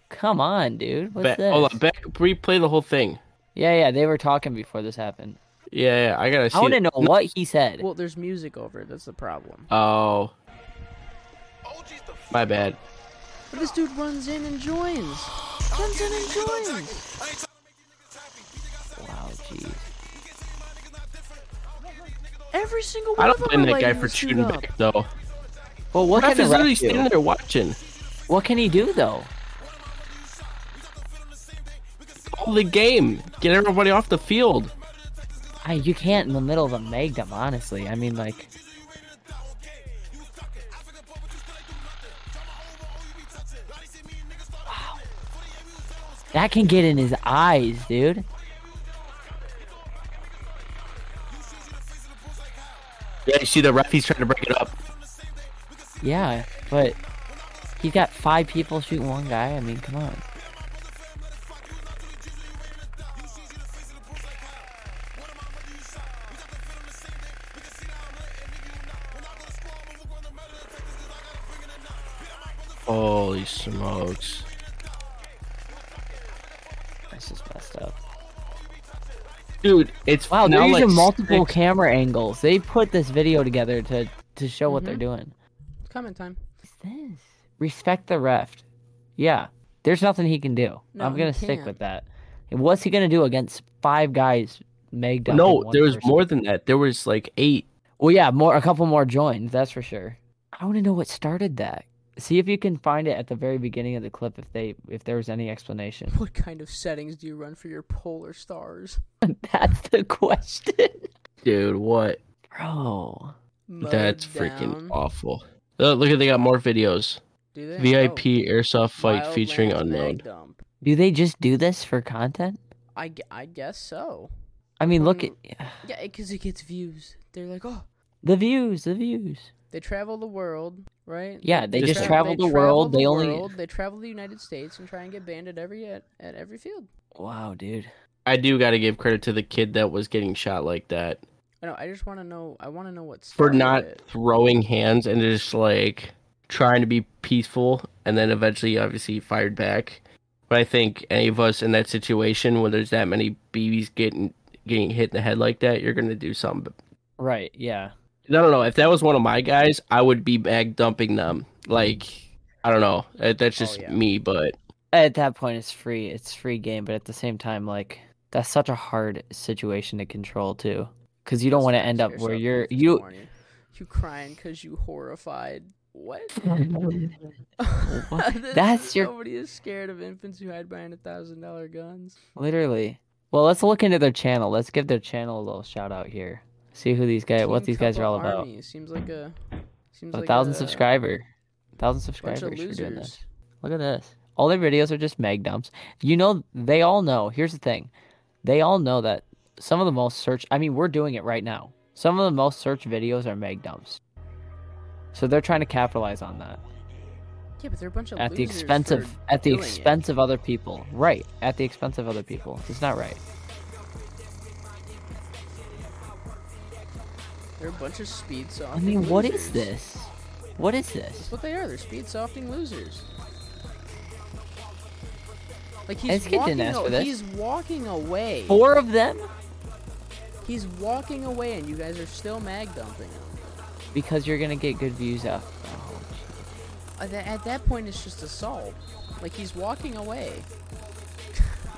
A: Come on, dude. What's
C: Back,
A: this?
C: hold on. Back. Replay the whole thing.
A: Yeah, yeah, they were talking before this happened.
C: Yeah, yeah, I gotta see.
A: I want to
C: it.
A: know what he said.
B: Well, there's music over. it, That's the problem.
C: Oh, my bad.
B: But this dude runs in and joins. Runs in and joins.
A: wow, jeez.
B: Every single one
C: I don't
B: of them
C: blame
B: are
C: that guy
B: lighting
C: for
B: this
C: shooting
B: dude up.
C: back though.
A: Well, what
C: Ref
A: can
C: is
A: the ref
C: literally
A: do?
C: standing there watching.
A: What can he do though?
C: Call the game. Get everybody off the field.
A: I you can't in the middle of a Magnum, honestly. I mean, like, Wow. that can get in his eyes, dude.
C: Yeah, you see the ref. He's trying to break it up.
A: Yeah, but he got five people shooting one guy. I mean, come on.
C: Holy smokes!
A: This is messed up.
C: Dude, it's
A: Wow,
C: now
A: they're
C: like
A: using multiple
C: six-
A: camera angles. They put this video together to to show what
C: Mm-hmm.
A: they're doing.
B: Comment time.
A: What's this? Respect the ref. Yeah, there's nothing he can do.
B: No,
A: I'm
B: he
A: gonna stick
B: can't.
A: with that. And what's he gonna do against five guys? Meg
C: No, there was more than that. There was like eight.
A: Well, yeah, more a couple more joined. That's for sure. I want to know what started that. See if you can find it at the very beginning of the clip. If they if there was any explanation. [LAUGHS]
B: What kind of settings do you run for your polar stars?
A: That's the question,
C: Dude, what?
A: bro.
B: Mode
C: That's freaking
B: down.
C: awful. Look, look at they got more videos.
B: Do they?
C: VIP
B: Oh,
C: airsoft fight
B: Wildlands
C: featuring
B: mag
C: unknown.
B: dump.
A: Do they just do this for content?
B: I, gu- I guess so.
A: I mean, look at
B: Um, Yeah, because it gets views. They're like, oh,
A: the views. The views.
B: They travel the world, right?
A: Yeah, Uh, they
C: just
A: travel the world, they only-
B: they travel the United States and try and get banned at every at, at every field.
A: Wow, dude.
C: I do got to give credit to the kid that was getting shot like that
B: I know. I just want to know. I want to know what's
C: for not throwing hands and just like trying to be peaceful, and then eventually, obviously, he fired back. But I think any of us in that situation, when there's that many BBs getting getting hit in the head like that, you're gonna do something.
A: Right. Yeah.
C: I don't know. If that was one of my guys, I would be bag dumping them. Like, I don't know. That- That's
B: Oh,
C: just
B: yeah.
C: me, but
A: At that point, it's free. It's free game, but at the same time, like that's such a hard situation to control too, because you don't want to end up where you're you.
B: you crying because you horrified. What? [LAUGHS]
A: That's your-
B: Nobody is scared of infants who hide behind a thousand dollar guns.
A: Literally. Well, let's look into their channel. Let's give their channel a little shout out here. See who these guys, what
B: Team
A: these guys are
B: Couple
A: all about.
B: Army Seems like a seems
A: A
B: like
A: thousand
B: a
A: subscriber, thousand
B: Bunch
A: subscribers
B: of
A: for doing this.
B: losers.
A: Look at this. All their videos are just mag dumps. You know, they all know. Here's the thing. They all know that some of the most searched, I mean, we're doing it right now. Some of the most searched videos are mag dumps. So they're trying to capitalize on that
B: Yeah, but they're a bunch of
A: at the
B: losers
A: expense
B: for
A: of at the
B: doing it.
A: expense of other people. Right, at the expense of other people. It's not right.
B: They're a bunch of speed soft.
A: I mean, what is this? What is this?
B: That's what they are. They're speed softing losers. Like he's
A: This kid didn't
B: walking.
A: ask
B: a-
A: for this.
B: He's walking away.
A: Four of them
B: He's walking away, and you guys are still mag dumping him.
A: because you're gonna get good views out. Oh,
B: At Uh, that, at that point, it's just assault. Like he's walking away.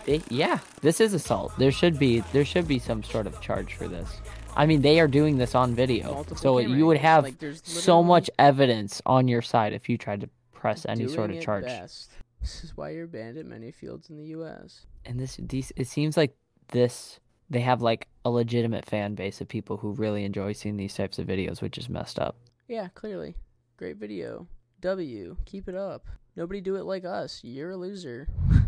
A: They, yeah, this is assault. There should be there should be some sort of charge for this. I mean, they are doing this on video,
B: Multiple
A: Oh, so
B: camera
A: you would
B: angles,
A: have
B: like, there's
A: so
B: literally-
A: much evidence on your side if you tried to press any
B: doing
A: sort of
B: it
A: charge.
B: Best. [LAUGHS] This is why you're banned at many fields in the U.S.
A: And this these it seems like this they have like a legitimate fan base of people who really enjoy seeing these types of videos, which is messed up.
B: Yeah, clearly. Great video. W. Keep it up. Nobody do it like us. You're a loser. [LAUGHS]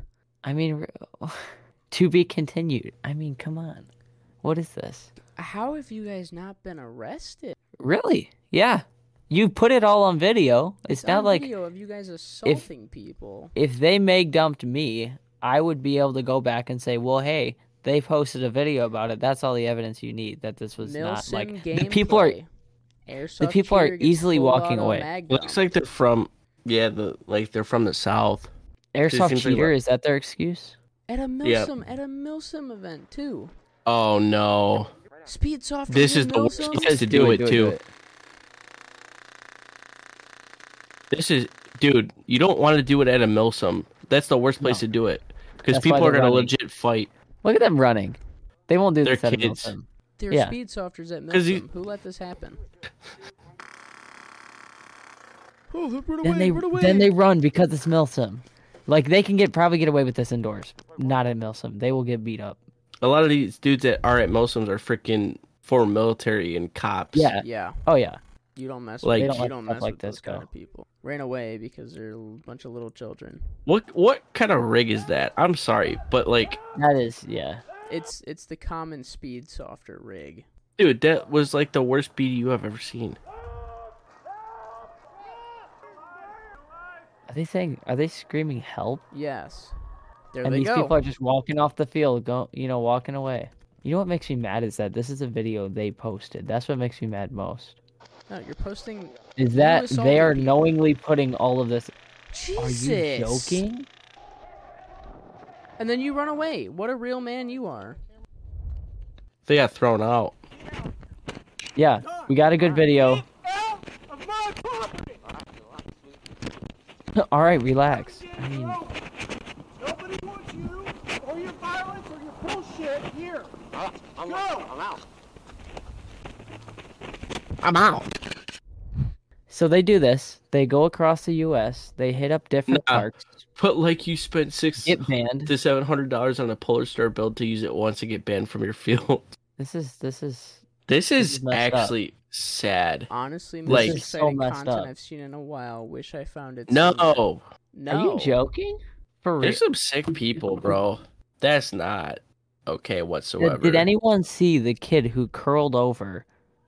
A: I mean, re- [LAUGHS] to be continued. I mean, come on, what is this?
B: How have you guys not been arrested?
A: Really? Yeah, you put it all on video. It's,
B: It's
A: not
B: on
A: like
B: video of you guys assaulting people.
A: if they meg dumped me, I would be able to go back and say, well, hey, they posted a video about it. That's all the evidence you need that this was not
B: Milsim
A: like [LAUGHS] the
B: gameplay.
A: people are.
B: Airsoft
A: people are
B: shooter gets
A: easily
B: pulled
A: walking
B: out on
A: away.
B: mag
C: looks
B: dump.
C: like they're from yeah, the like they're from the south.
A: Airsoft
C: seems like
A: cheater
C: what-
A: is that their excuse?
B: at a
C: yeah.
B: Milsim at a Milsim event too.
C: Oh no.
B: Speed soft.
C: This
B: from
C: is the worst
B: Milsim?
C: place to do it, too. This is, dude. You don't want to do it at a Milsom. That's the worst place to do it because
A: That's why
C: people are
A: they're
C: gonna
A: running.
C: legit fight.
A: Look at them running. They won't do
C: They're
A: this at a
C: kids.
A: Milsim.
B: They're
A: Yeah.
B: speed softers at
C: 'Cause he-
B: Milsom. Who let this
C: [LAUGHS]
B: happen? Oh, they run away,
A: Then they
B: run away.
A: then they run because it's Milsom. Like they can get probably get away with this indoors. Not at Milsom. They will get beat up.
C: A lot of these dudes that are at Milsom's are freaking former military and cops.
A: Yeah.
B: yeah,
A: Oh yeah.
B: you don't mess with
C: Like- They
A: don't
B: you
A: let
B: don't
A: stuff
B: mess
A: like
B: with
A: this
B: those kind
A: go.
B: of people. Ran away because they're a bunch of little children.
C: What what kind of rig is that? I'm sorry, but like,
A: That is yeah.
B: It's it's the common speed softer rig.
C: dude, that was like the worst BDU I've ever seen.
A: Are they saying are they screaming help?
B: Yes, there
A: and
B: they
A: these
B: go.
A: people are just walking off the field, go you know, walking away. You know what makes me mad is that this is a video they posted. That's what makes me mad most.
B: No, you're posting.
A: Is that
B: assaulted
A: they are
B: people.
A: knowingly putting all of this Are
B: Jesus.
A: you joking?
B: And then you run away. What a real man you are.
C: They got thrown out.
A: Yeah, we got a good video. [LAUGHS] All right, relax. I mean,
E: Nobody wants you or your violence or your bullshit here. I'm Go.
A: so they do this. They go across the U.S. They hit up different
C: Nah.
A: parks.
C: But like, you spent six
A: Get banned.
C: to seven hundred dollars on a Polar Star build to use it once and get banned from your [LAUGHS] field.
A: This is this is
C: This is
A: is messed up.
C: actually sad.
B: Honestly, most
C: Like- This
A: is so
B: exciting
A: messed
B: content
A: up.
B: I've seen in a while. Wish I found it. sooner.
C: No,
B: no.
A: Are you joking? For real?
C: there's some sick people, bro. That's not okay whatsoever.
A: Did, did anyone see the kid who curled over,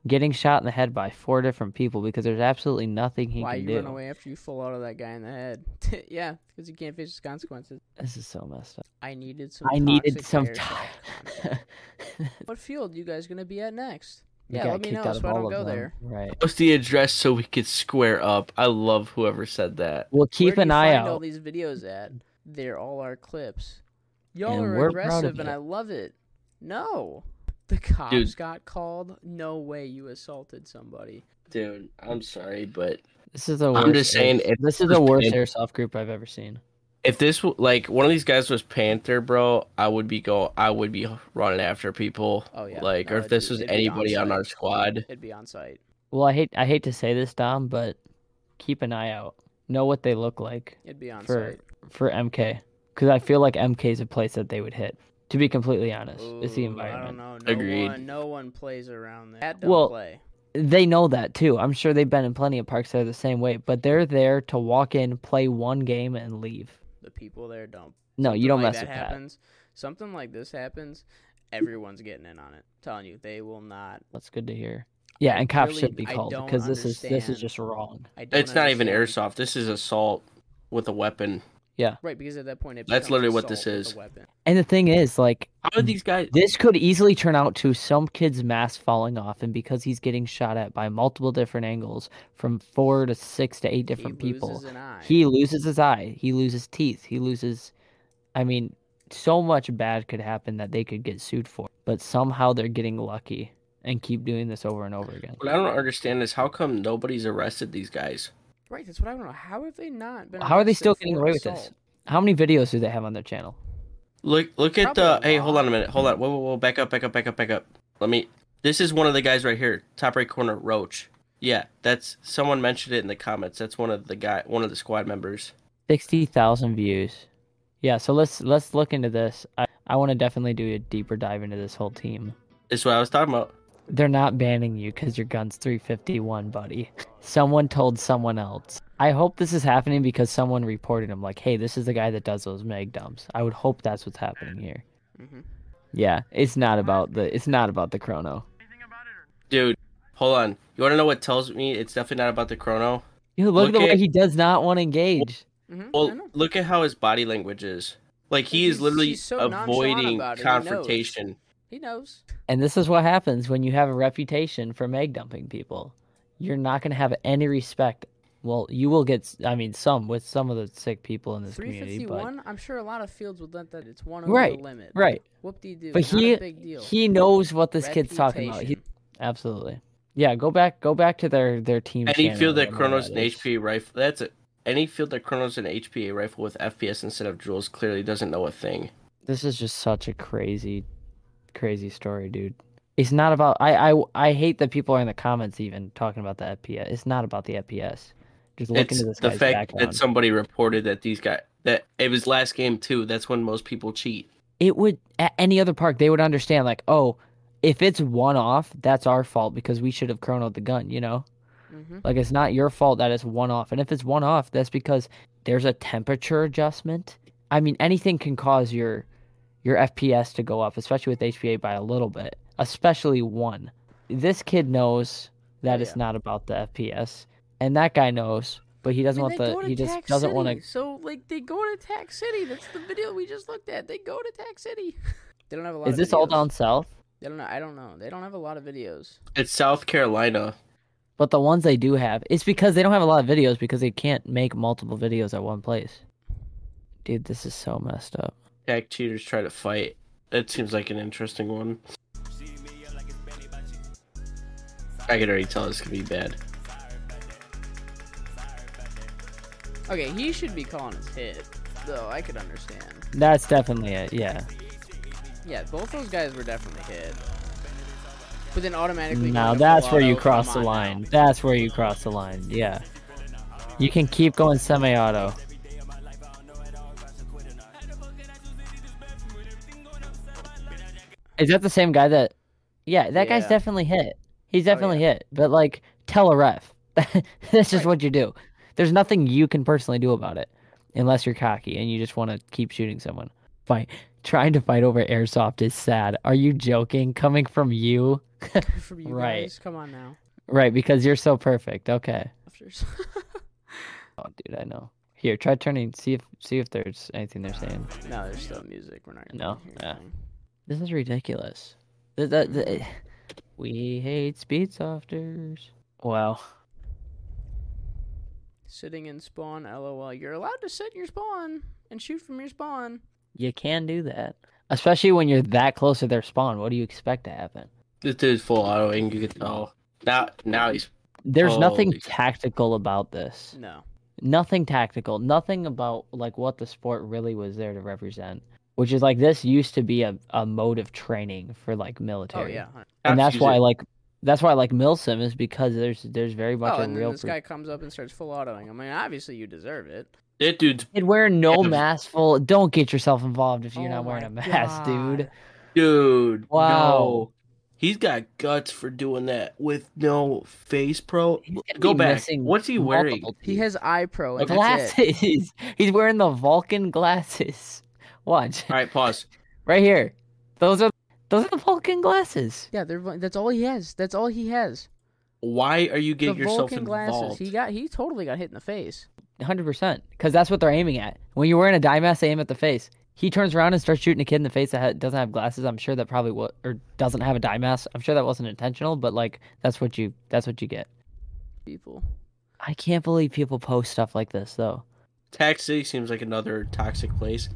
A: getting shot in the head by four different people because there's absolutely nothing he
B: Why
A: can
B: you
A: do?
B: run away after you full out of that guy in the head? [LAUGHS] yeah, because you can't face his consequences.
A: This is so messed up.
B: I needed some.
A: I needed
B: toxic
A: some [LAUGHS]
B: air.
A: time.
B: What field you guys gonna be at next?
A: We
B: Yeah,
A: got
B: let me
A: kicked
B: know
A: out of
B: so I
A: all
B: don't
A: of
B: go
A: them.
B: there.
A: Right.
C: Post the address so we could square up. I love whoever said that.
A: We'll
B: Where
A: keep
B: do
A: an
B: you
A: eye
B: find All
A: out.
B: these videos at they're all our clips. Y'all
A: And
B: are
A: we're proud of
B: aggressive, and
A: you.
B: I love it. No, the cops
C: Dude.
B: got called. No way, you assaulted somebody.
C: Dude, I'm sorry, but
A: This is the worst.
C: I'm just saying
A: air-
C: if
A: this is
C: this
A: the worst
C: band-
A: airsoft group I've ever seen.
C: if this w- like one of these guys was Panther, bro, I would be go. I would be running after people.
B: Oh yeah.
C: Like,
B: no,
C: or if
B: it'd be-
C: this was
B: it'd be
C: anybody on
B: on-site.
C: our squad,
B: It'd be on site.
A: Well, I hate I hate to say this, Dom, but keep an eye out. Know what they look like
B: It'd be on
A: for
B: site.
A: for MK, because I feel like MK is a place that they would hit. To be completely honest, it's the
B: Ooh, I don't
A: environment.
B: know. No
C: Agreed.
B: one, no one plays around there. That don't
A: Well,
B: play.
A: They know that too. I'm sure they've been in plenty of parks that are the same way, but they're there to walk in, play one game, and leave.
B: The people there don't.
A: No, Oh, you don't
B: Something like
A: mess
B: that
A: with that.
B: happens. Something like this happens, everyone's getting in on it. telling you, they will not.
A: That's good to hear. Yeah, and cops
B: really-
A: should be
B: I
A: called
B: don't
A: because this is this
B: understand.
A: is just wrong.
B: I don't
C: it's not even
B: understand.
C: airsoft. This is assault with a weapon.
B: Right, because at that point, it
C: That's
B: becomes
C: literally what this
B: assault with
C: is.
B: a weapon.
A: And the thing is, like,
C: How
B: Hmm.
C: are these guys?
A: This could easily turn out to some kid's mask falling off, and because he's getting shot at by multiple different angles from four to six to eight different
B: he
A: people,
B: Loses an eye.
A: he loses his eye, he loses teeth, he loses. I mean, so much bad could happen that they could get sued for, but somehow they're getting lucky and keep doing this over and over again.
C: What I don't understand is how come nobody's arrested these guys?
B: Right, that's what I don't know. How have they not been?
A: How are they
B: arrested
A: still getting
B: for
A: away with this?
B: assault?
A: How many videos do they have on their channel?
C: Look, look at the.
B: Probably a
C: Hey, hold
B: lot.
C: on a minute. Hold on. Whoa, whoa, whoa. Back up, back up, back up, back up. Let me. This is one of the guys right here, top right corner, Roach. Yeah, that's someone mentioned it in the comments. That's one of the guy, one of the squad members.
A: Sixty thousand views. Yeah, so let's let's look into this. I, I want to definitely do a deeper dive into this whole team.
C: That's what I was talking about.
A: They're not banning you because your gun's 351, buddy. Someone told someone else. I hope this is happening because someone reported him, like, hey, this is the guy that does those mag dumps. I would hope that's what's happening here.
B: Mhm.
A: Yeah, it's not about the it's not about the chrono.
C: Dude, hold on. You want to know what tells me it's definitely not about the chrono?
A: You look, at the
C: Look
A: way
C: at-
A: he does not want to engage.
B: Mhm, I
C: Well,
B: know.
C: look at how his body language is. Like he
B: Like,
C: is
B: he's-
C: literally
B: he's so nonchalant
C: avoiding
B: about it, he knows.
C: confrontation.
B: he knows.
A: And this is what happens when you have a reputation for mag dumping people. You're not going to have any respect. Well, you will get, s- I mean, some with some of the sick people in this community. But,
B: 351. I'm sure a lot of fields would let that. It's one over
A: right,
B: the limit.
A: right.
B: Whoop de doo.
A: But he
B: a big deal.
A: he knows what this kid's talking about. He,
B: Reputation.
A: absolutely. Yeah, go back go back to their their team.
C: Any
A: channel
C: field
A: or
C: that
A: whatever
C: chronos an
A: that is.
C: HPA rifle. That's it. Any field that chronos an HPA rifle with FPS instead of jewels clearly doesn't know a thing.
A: This is just such a crazy, crazy story, dude. It's not about I I I hate that people are in the comments even talking about the FPS. It's not about the FPS. Just look
C: It's
A: into this
C: the
A: guy's
C: fact
A: background.
C: that somebody reported that these guys that it was last game too. That's when most people cheat.
A: it would at any other park they would understand like oh if it's one off that's our fault because we should have chronoed the gun you know
B: Mm-hmm.
A: like it's not your fault that it's one off and if it's one off that's because there's a temperature adjustment i mean anything can cause your your fps to go up especially with hpa by a little bit especially one this kid knows that it's
B: Yeah.
A: not about the fps and that guy knows but he doesn't want the he just doesn't want to
B: So like they go to Tax City. That's the video we just looked at. They go to Tax City. [LAUGHS] they don't have a lot.
A: is
B: of
A: this all
B: videos.
A: down south
B: They don't know. I don't know. They don't have a lot of videos.
C: It's South Carolina.
A: But the ones they do have, it's because they don't have a lot of videos because they can't make multiple videos at one place. Dude, this is so messed up.
C: Tag cheaters try to fight. That seems like an interesting one. I can already tell this could be bad.
B: Okay, he should be calling his hit. Though I could understand.
A: That's definitely it. Yeah.
B: Yeah, both those guys were definitely hit. But then automatically.
A: Now
B: going to
A: that's where you
B: Pilato,
A: cross the
B: come on now. [LAUGHS]
A: line. That's where you cross the line. Yeah. You can keep going semi-auto. Is that the same guy that? Yeah, that guy's
B: Yeah.
A: definitely hit. He's definitely hit. But like, tell a ref. [LAUGHS] That's just what you do. There's nothing you can personally do about it, unless you're cocky and you just want to keep shooting someone. Fight. Trying to fight over airsoft is sad. Are you joking? Coming from you.
B: For you
A: Right.
B: guys, come on now.
A: Right, because you're so perfect. Okay.
B: After. [LAUGHS]
A: Oh, dude, I know. Here, try turning. See if see if there's anything they're saying.
B: no, there's still music. We're not. Gonna
A: No,
B: hear
A: yeah.
B: anything.
A: This is ridiculous. Th- th- th- [SIGHS] we hate speed softers. Wow.
B: Sitting in spawn, lol. You're allowed to sit in your spawn and shoot from your spawn.
A: You can do that, especially when you're that close to their spawn. What do you expect to happen?
C: This dude's full auto, and you can tell. Now, now he's
A: There's nothing
C: Holy-
A: tactical about this.
B: No.
A: nothing tactical, nothing about like what the sport really was there to represent. Which is like this used to be a, a mode of training for like
B: Oh
A: military.
B: yeah.
A: And
C: Cops
A: that's
C: use
A: why
C: it.
A: like that's why I like Milsim is because there's there's very much
B: Oh,
A: a
B: and then
A: real
B: this guy comes up and starts full autoing. I mean, obviously you deserve it.
C: that dude's
A: Dude, wear no
B: [LAUGHS]
C: Yeah.
A: mask full don't get yourself involved if you're
B: Oh
A: not wearing
B: my
A: a mask, [LAUGHS] dude.
B: God.
C: dude.
A: Wow.
C: no. he's got guts for doing that with no face pro.
A: He's gonna
C: Go
A: be
C: back.
A: missing
C: What's he wearing?
A: multiple
B: He
A: teeth.
B: has eye pro. And that's it.
A: glasses. [LAUGHS] He's wearing the Vulcan glasses. Watch.
C: All right, pause.
A: Right here. Those are those are the Vulcan glasses.
B: Yeah, they're, that's all he has. That's all he has.
C: Why are you getting
B: the
C: yourself
B: Vulcan
C: involved?
B: glasses. He got. He totally got hit in the face.
A: hundred percent, because that's what they're aiming at. When you're wearing a dime mask, they aim at the face. He turns around and starts shooting a kid in the face that ha- doesn't have glasses. I'm sure that probably what or doesn't have a dime mask. I'm sure that wasn't intentional, but like that's what you that's what you get.
B: People.
A: I can't believe people post stuff like this though.
C: Tax City seems like another toxic place.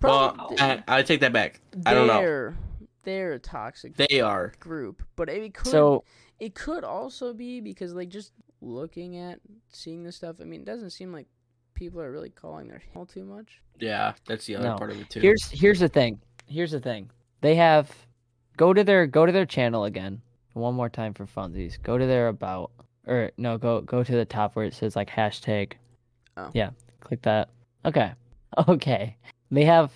B: Probably-
C: well, I, I take that back. I don't know.
B: They're they're a toxic
C: They are.
B: group, but it could
A: So
B: it could also be because like just looking at seeing this stuff. I mean, it doesn't seem like people are really calling their hell too much.
C: Yeah, that's the other
A: No.
C: part of it too.
A: here's here's the thing. Here's the thing. They have go to their go to their channel again one more time for funsies. Go to their about or no go go to the top where it says like hashtag.
B: Oh.
A: Yeah, click that. Okay, [LAUGHS] okay. They have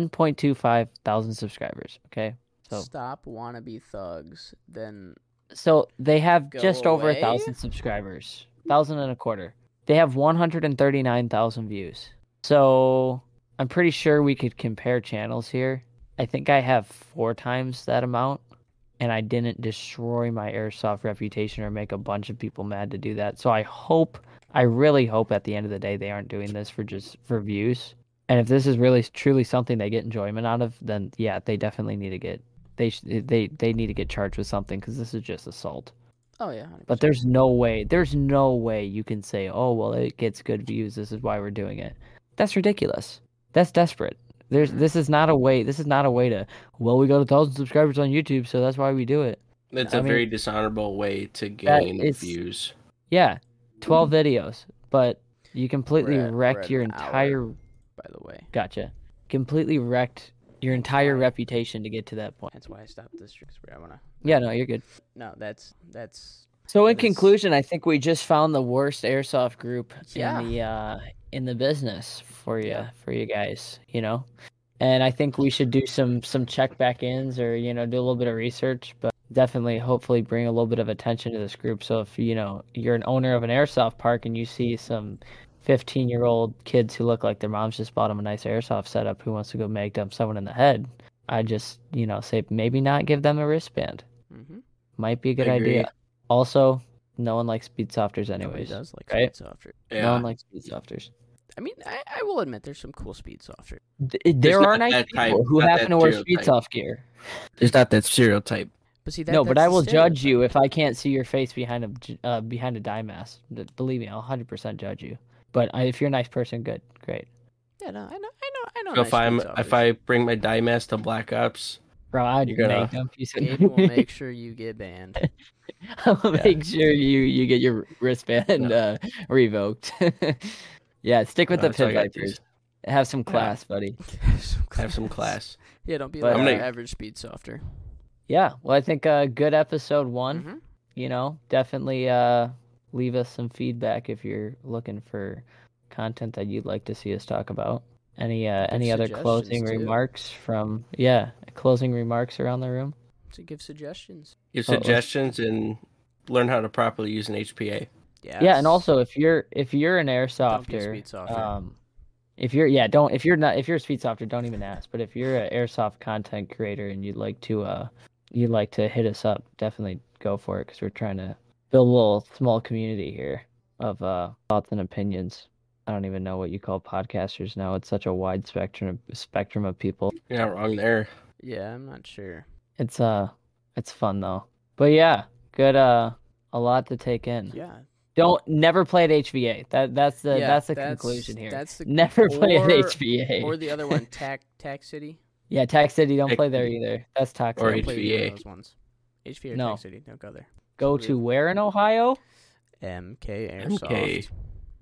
A: 1.25 thousand subscribers. Okay, so
B: Stop wannabe thugs. Then
A: so they have
B: Go
A: just over a
B: away?
A: thousand subscribers, thousand and a quarter. They have one hundred and thirty nine thousand views. So I'm pretty sure we could compare channels here. I think I have four times that amount, and I didn't destroy my airsoft reputation or make a bunch of people mad to do that. So I hope, I really hope, at the end of the day, they aren't doing this for just for views. And if this is really truly something they get enjoyment out of, then yeah, they definitely need to get they sh- they they need to get charged with something because this is just assault.
B: oh yeah, 100%.
A: But there's no way, there's no way you can say, oh well, it gets good views. This is why we're doing it. That's ridiculous. That's desperate. There's
B: Mm-hmm.
A: this is not a way. This is not a way to. Well, we got a thousand subscribers on YouTube, so that's why we do it.
C: It's
A: I
C: a
A: mean,
C: very dishonorable way to
A: that
C: gain
A: is-
C: views.
A: Yeah, twelve videos, but you completely
B: Mm-hmm. We're at- we're
A: wrecked
B: at
A: your
B: an hour.
A: entire
B: by the way,
A: Gotcha. Completely wrecked Your entire reputation to get to that point.
B: That's why I stopped this because I wanna.
A: Yeah, no, you're good.
B: No, that's that's
A: So in
B: That's-
A: conclusion, I think we just found the worst airsoft group
B: Yeah.
A: in the uh, in the business for you
B: Yeah.
A: for you guys, you know. And I think we should do some some check back ins or you know do a little bit of research, but definitely hopefully bring a little bit of attention to this group. So if you know you're an owner of an airsoft park and you see some 15 year old kids who look like their moms just bought them a nice airsoft setup who wants to go make them someone in the head, I just you know say maybe not give them a wristband.
B: Mm-hmm.
A: Might be a good
C: Agree.
A: idea. Also, no one likes speed softers anyways.
B: Anyways, does like
A: right?
B: speed softer.
A: No
C: Yeah.
A: one likes speed softers.
B: I mean, I, I will admit there's some cool speed softer.
A: Th- there are
C: not
A: nice
C: that
A: people
C: type-
A: who
C: not
A: happen
C: that
A: to wear
C: stereotype.
A: speed soft gear.
C: There's not that stereotype.
B: But see, that,
A: no, but
B: that's
A: I
B: the
A: will judge
B: stereotype.
A: you if I can't see your face behind a j- uh, behind a dye mask. Th- Believe me, I'll hundred percent judge you. But I, if you're a nice person, good, great,
B: Yeah, no, I know, I know, I know.
C: So
B: nice
C: if I'm
B: speed
C: if
B: softers.
C: I bring my dye mask to Black Ops,
A: bro. I'd
C: You're gonna-
A: make them. You said- [LAUGHS]
B: Gabe will make sure you get banned.
A: I'll make sure you you get your wristband uh, revoked. [LAUGHS] yeah, stick with
C: uh,
A: the
C: so I
A: pit
C: got these.
A: vipers. Have some class, buddy.
B: have some class.
C: Have
A: [LAUGHS]
C: some class.
B: [LAUGHS] Yeah, don't be
A: But,
B: like
A: I'm
B: your
C: gonna-
B: average speed softer.
A: Yeah, well, I think uh, good episode one.
B: Mhm.
A: You know, definitely uh, leave us some feedback if you're looking for content that you'd like to see us talk about. Any uh, any other closing
B: suggestions, too.
A: remarks from yeah, closing remarks around the room?
B: To give suggestions.
C: Give
A: Uh-oh.
C: suggestions and learn how to properly use an HPA.
B: Yeah.
A: Yeah, and also if you're if you're an airsofter,
B: speed softer.
A: um, if you're yeah, don't if you're not if you're a speed softer, don't even ask. But if you're an airsoft content creator and you'd like to uh you'd like to hit us up, definitely go for it because we're trying to build a little small community here of uh thoughts and opinions. I don't even know what you call podcasters now. It's such a wide spectrum of, spectrum of people.
C: You're not wrong there.
B: Yeah, I'm not sure.
A: It's uh it's fun though. But yeah, good uh a lot to take in.
B: Yeah.
A: Don't never play at HVA. That that's the
B: yeah,
A: that's the conclusion here.
B: That's the
A: never [LAUGHS] play at
B: or-
A: HVA.
B: Or the other one,
A: [LAUGHS]
B: Tac Tac City.
A: yeah, Tax City. Don't
C: Tax
A: play there
C: City.
A: either. That's toxic.
C: Or
B: Don't play either
C: HVA.
B: of Those ones. HVA or
A: No.
B: Tac City. Don't go there.
A: Go
B: weird.
A: to where in Ohio?
B: MK Airsoft.
C: MK.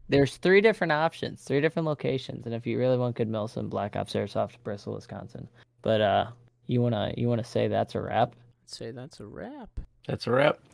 A: There's three different options, three different locations, and if you really want good Milson, Black Ops Airsoft, Bristol, Wisconsin. But uh, you wanna you wanna say that's a wrap?
B: I'd say that's a wrap.
C: That's a wrap.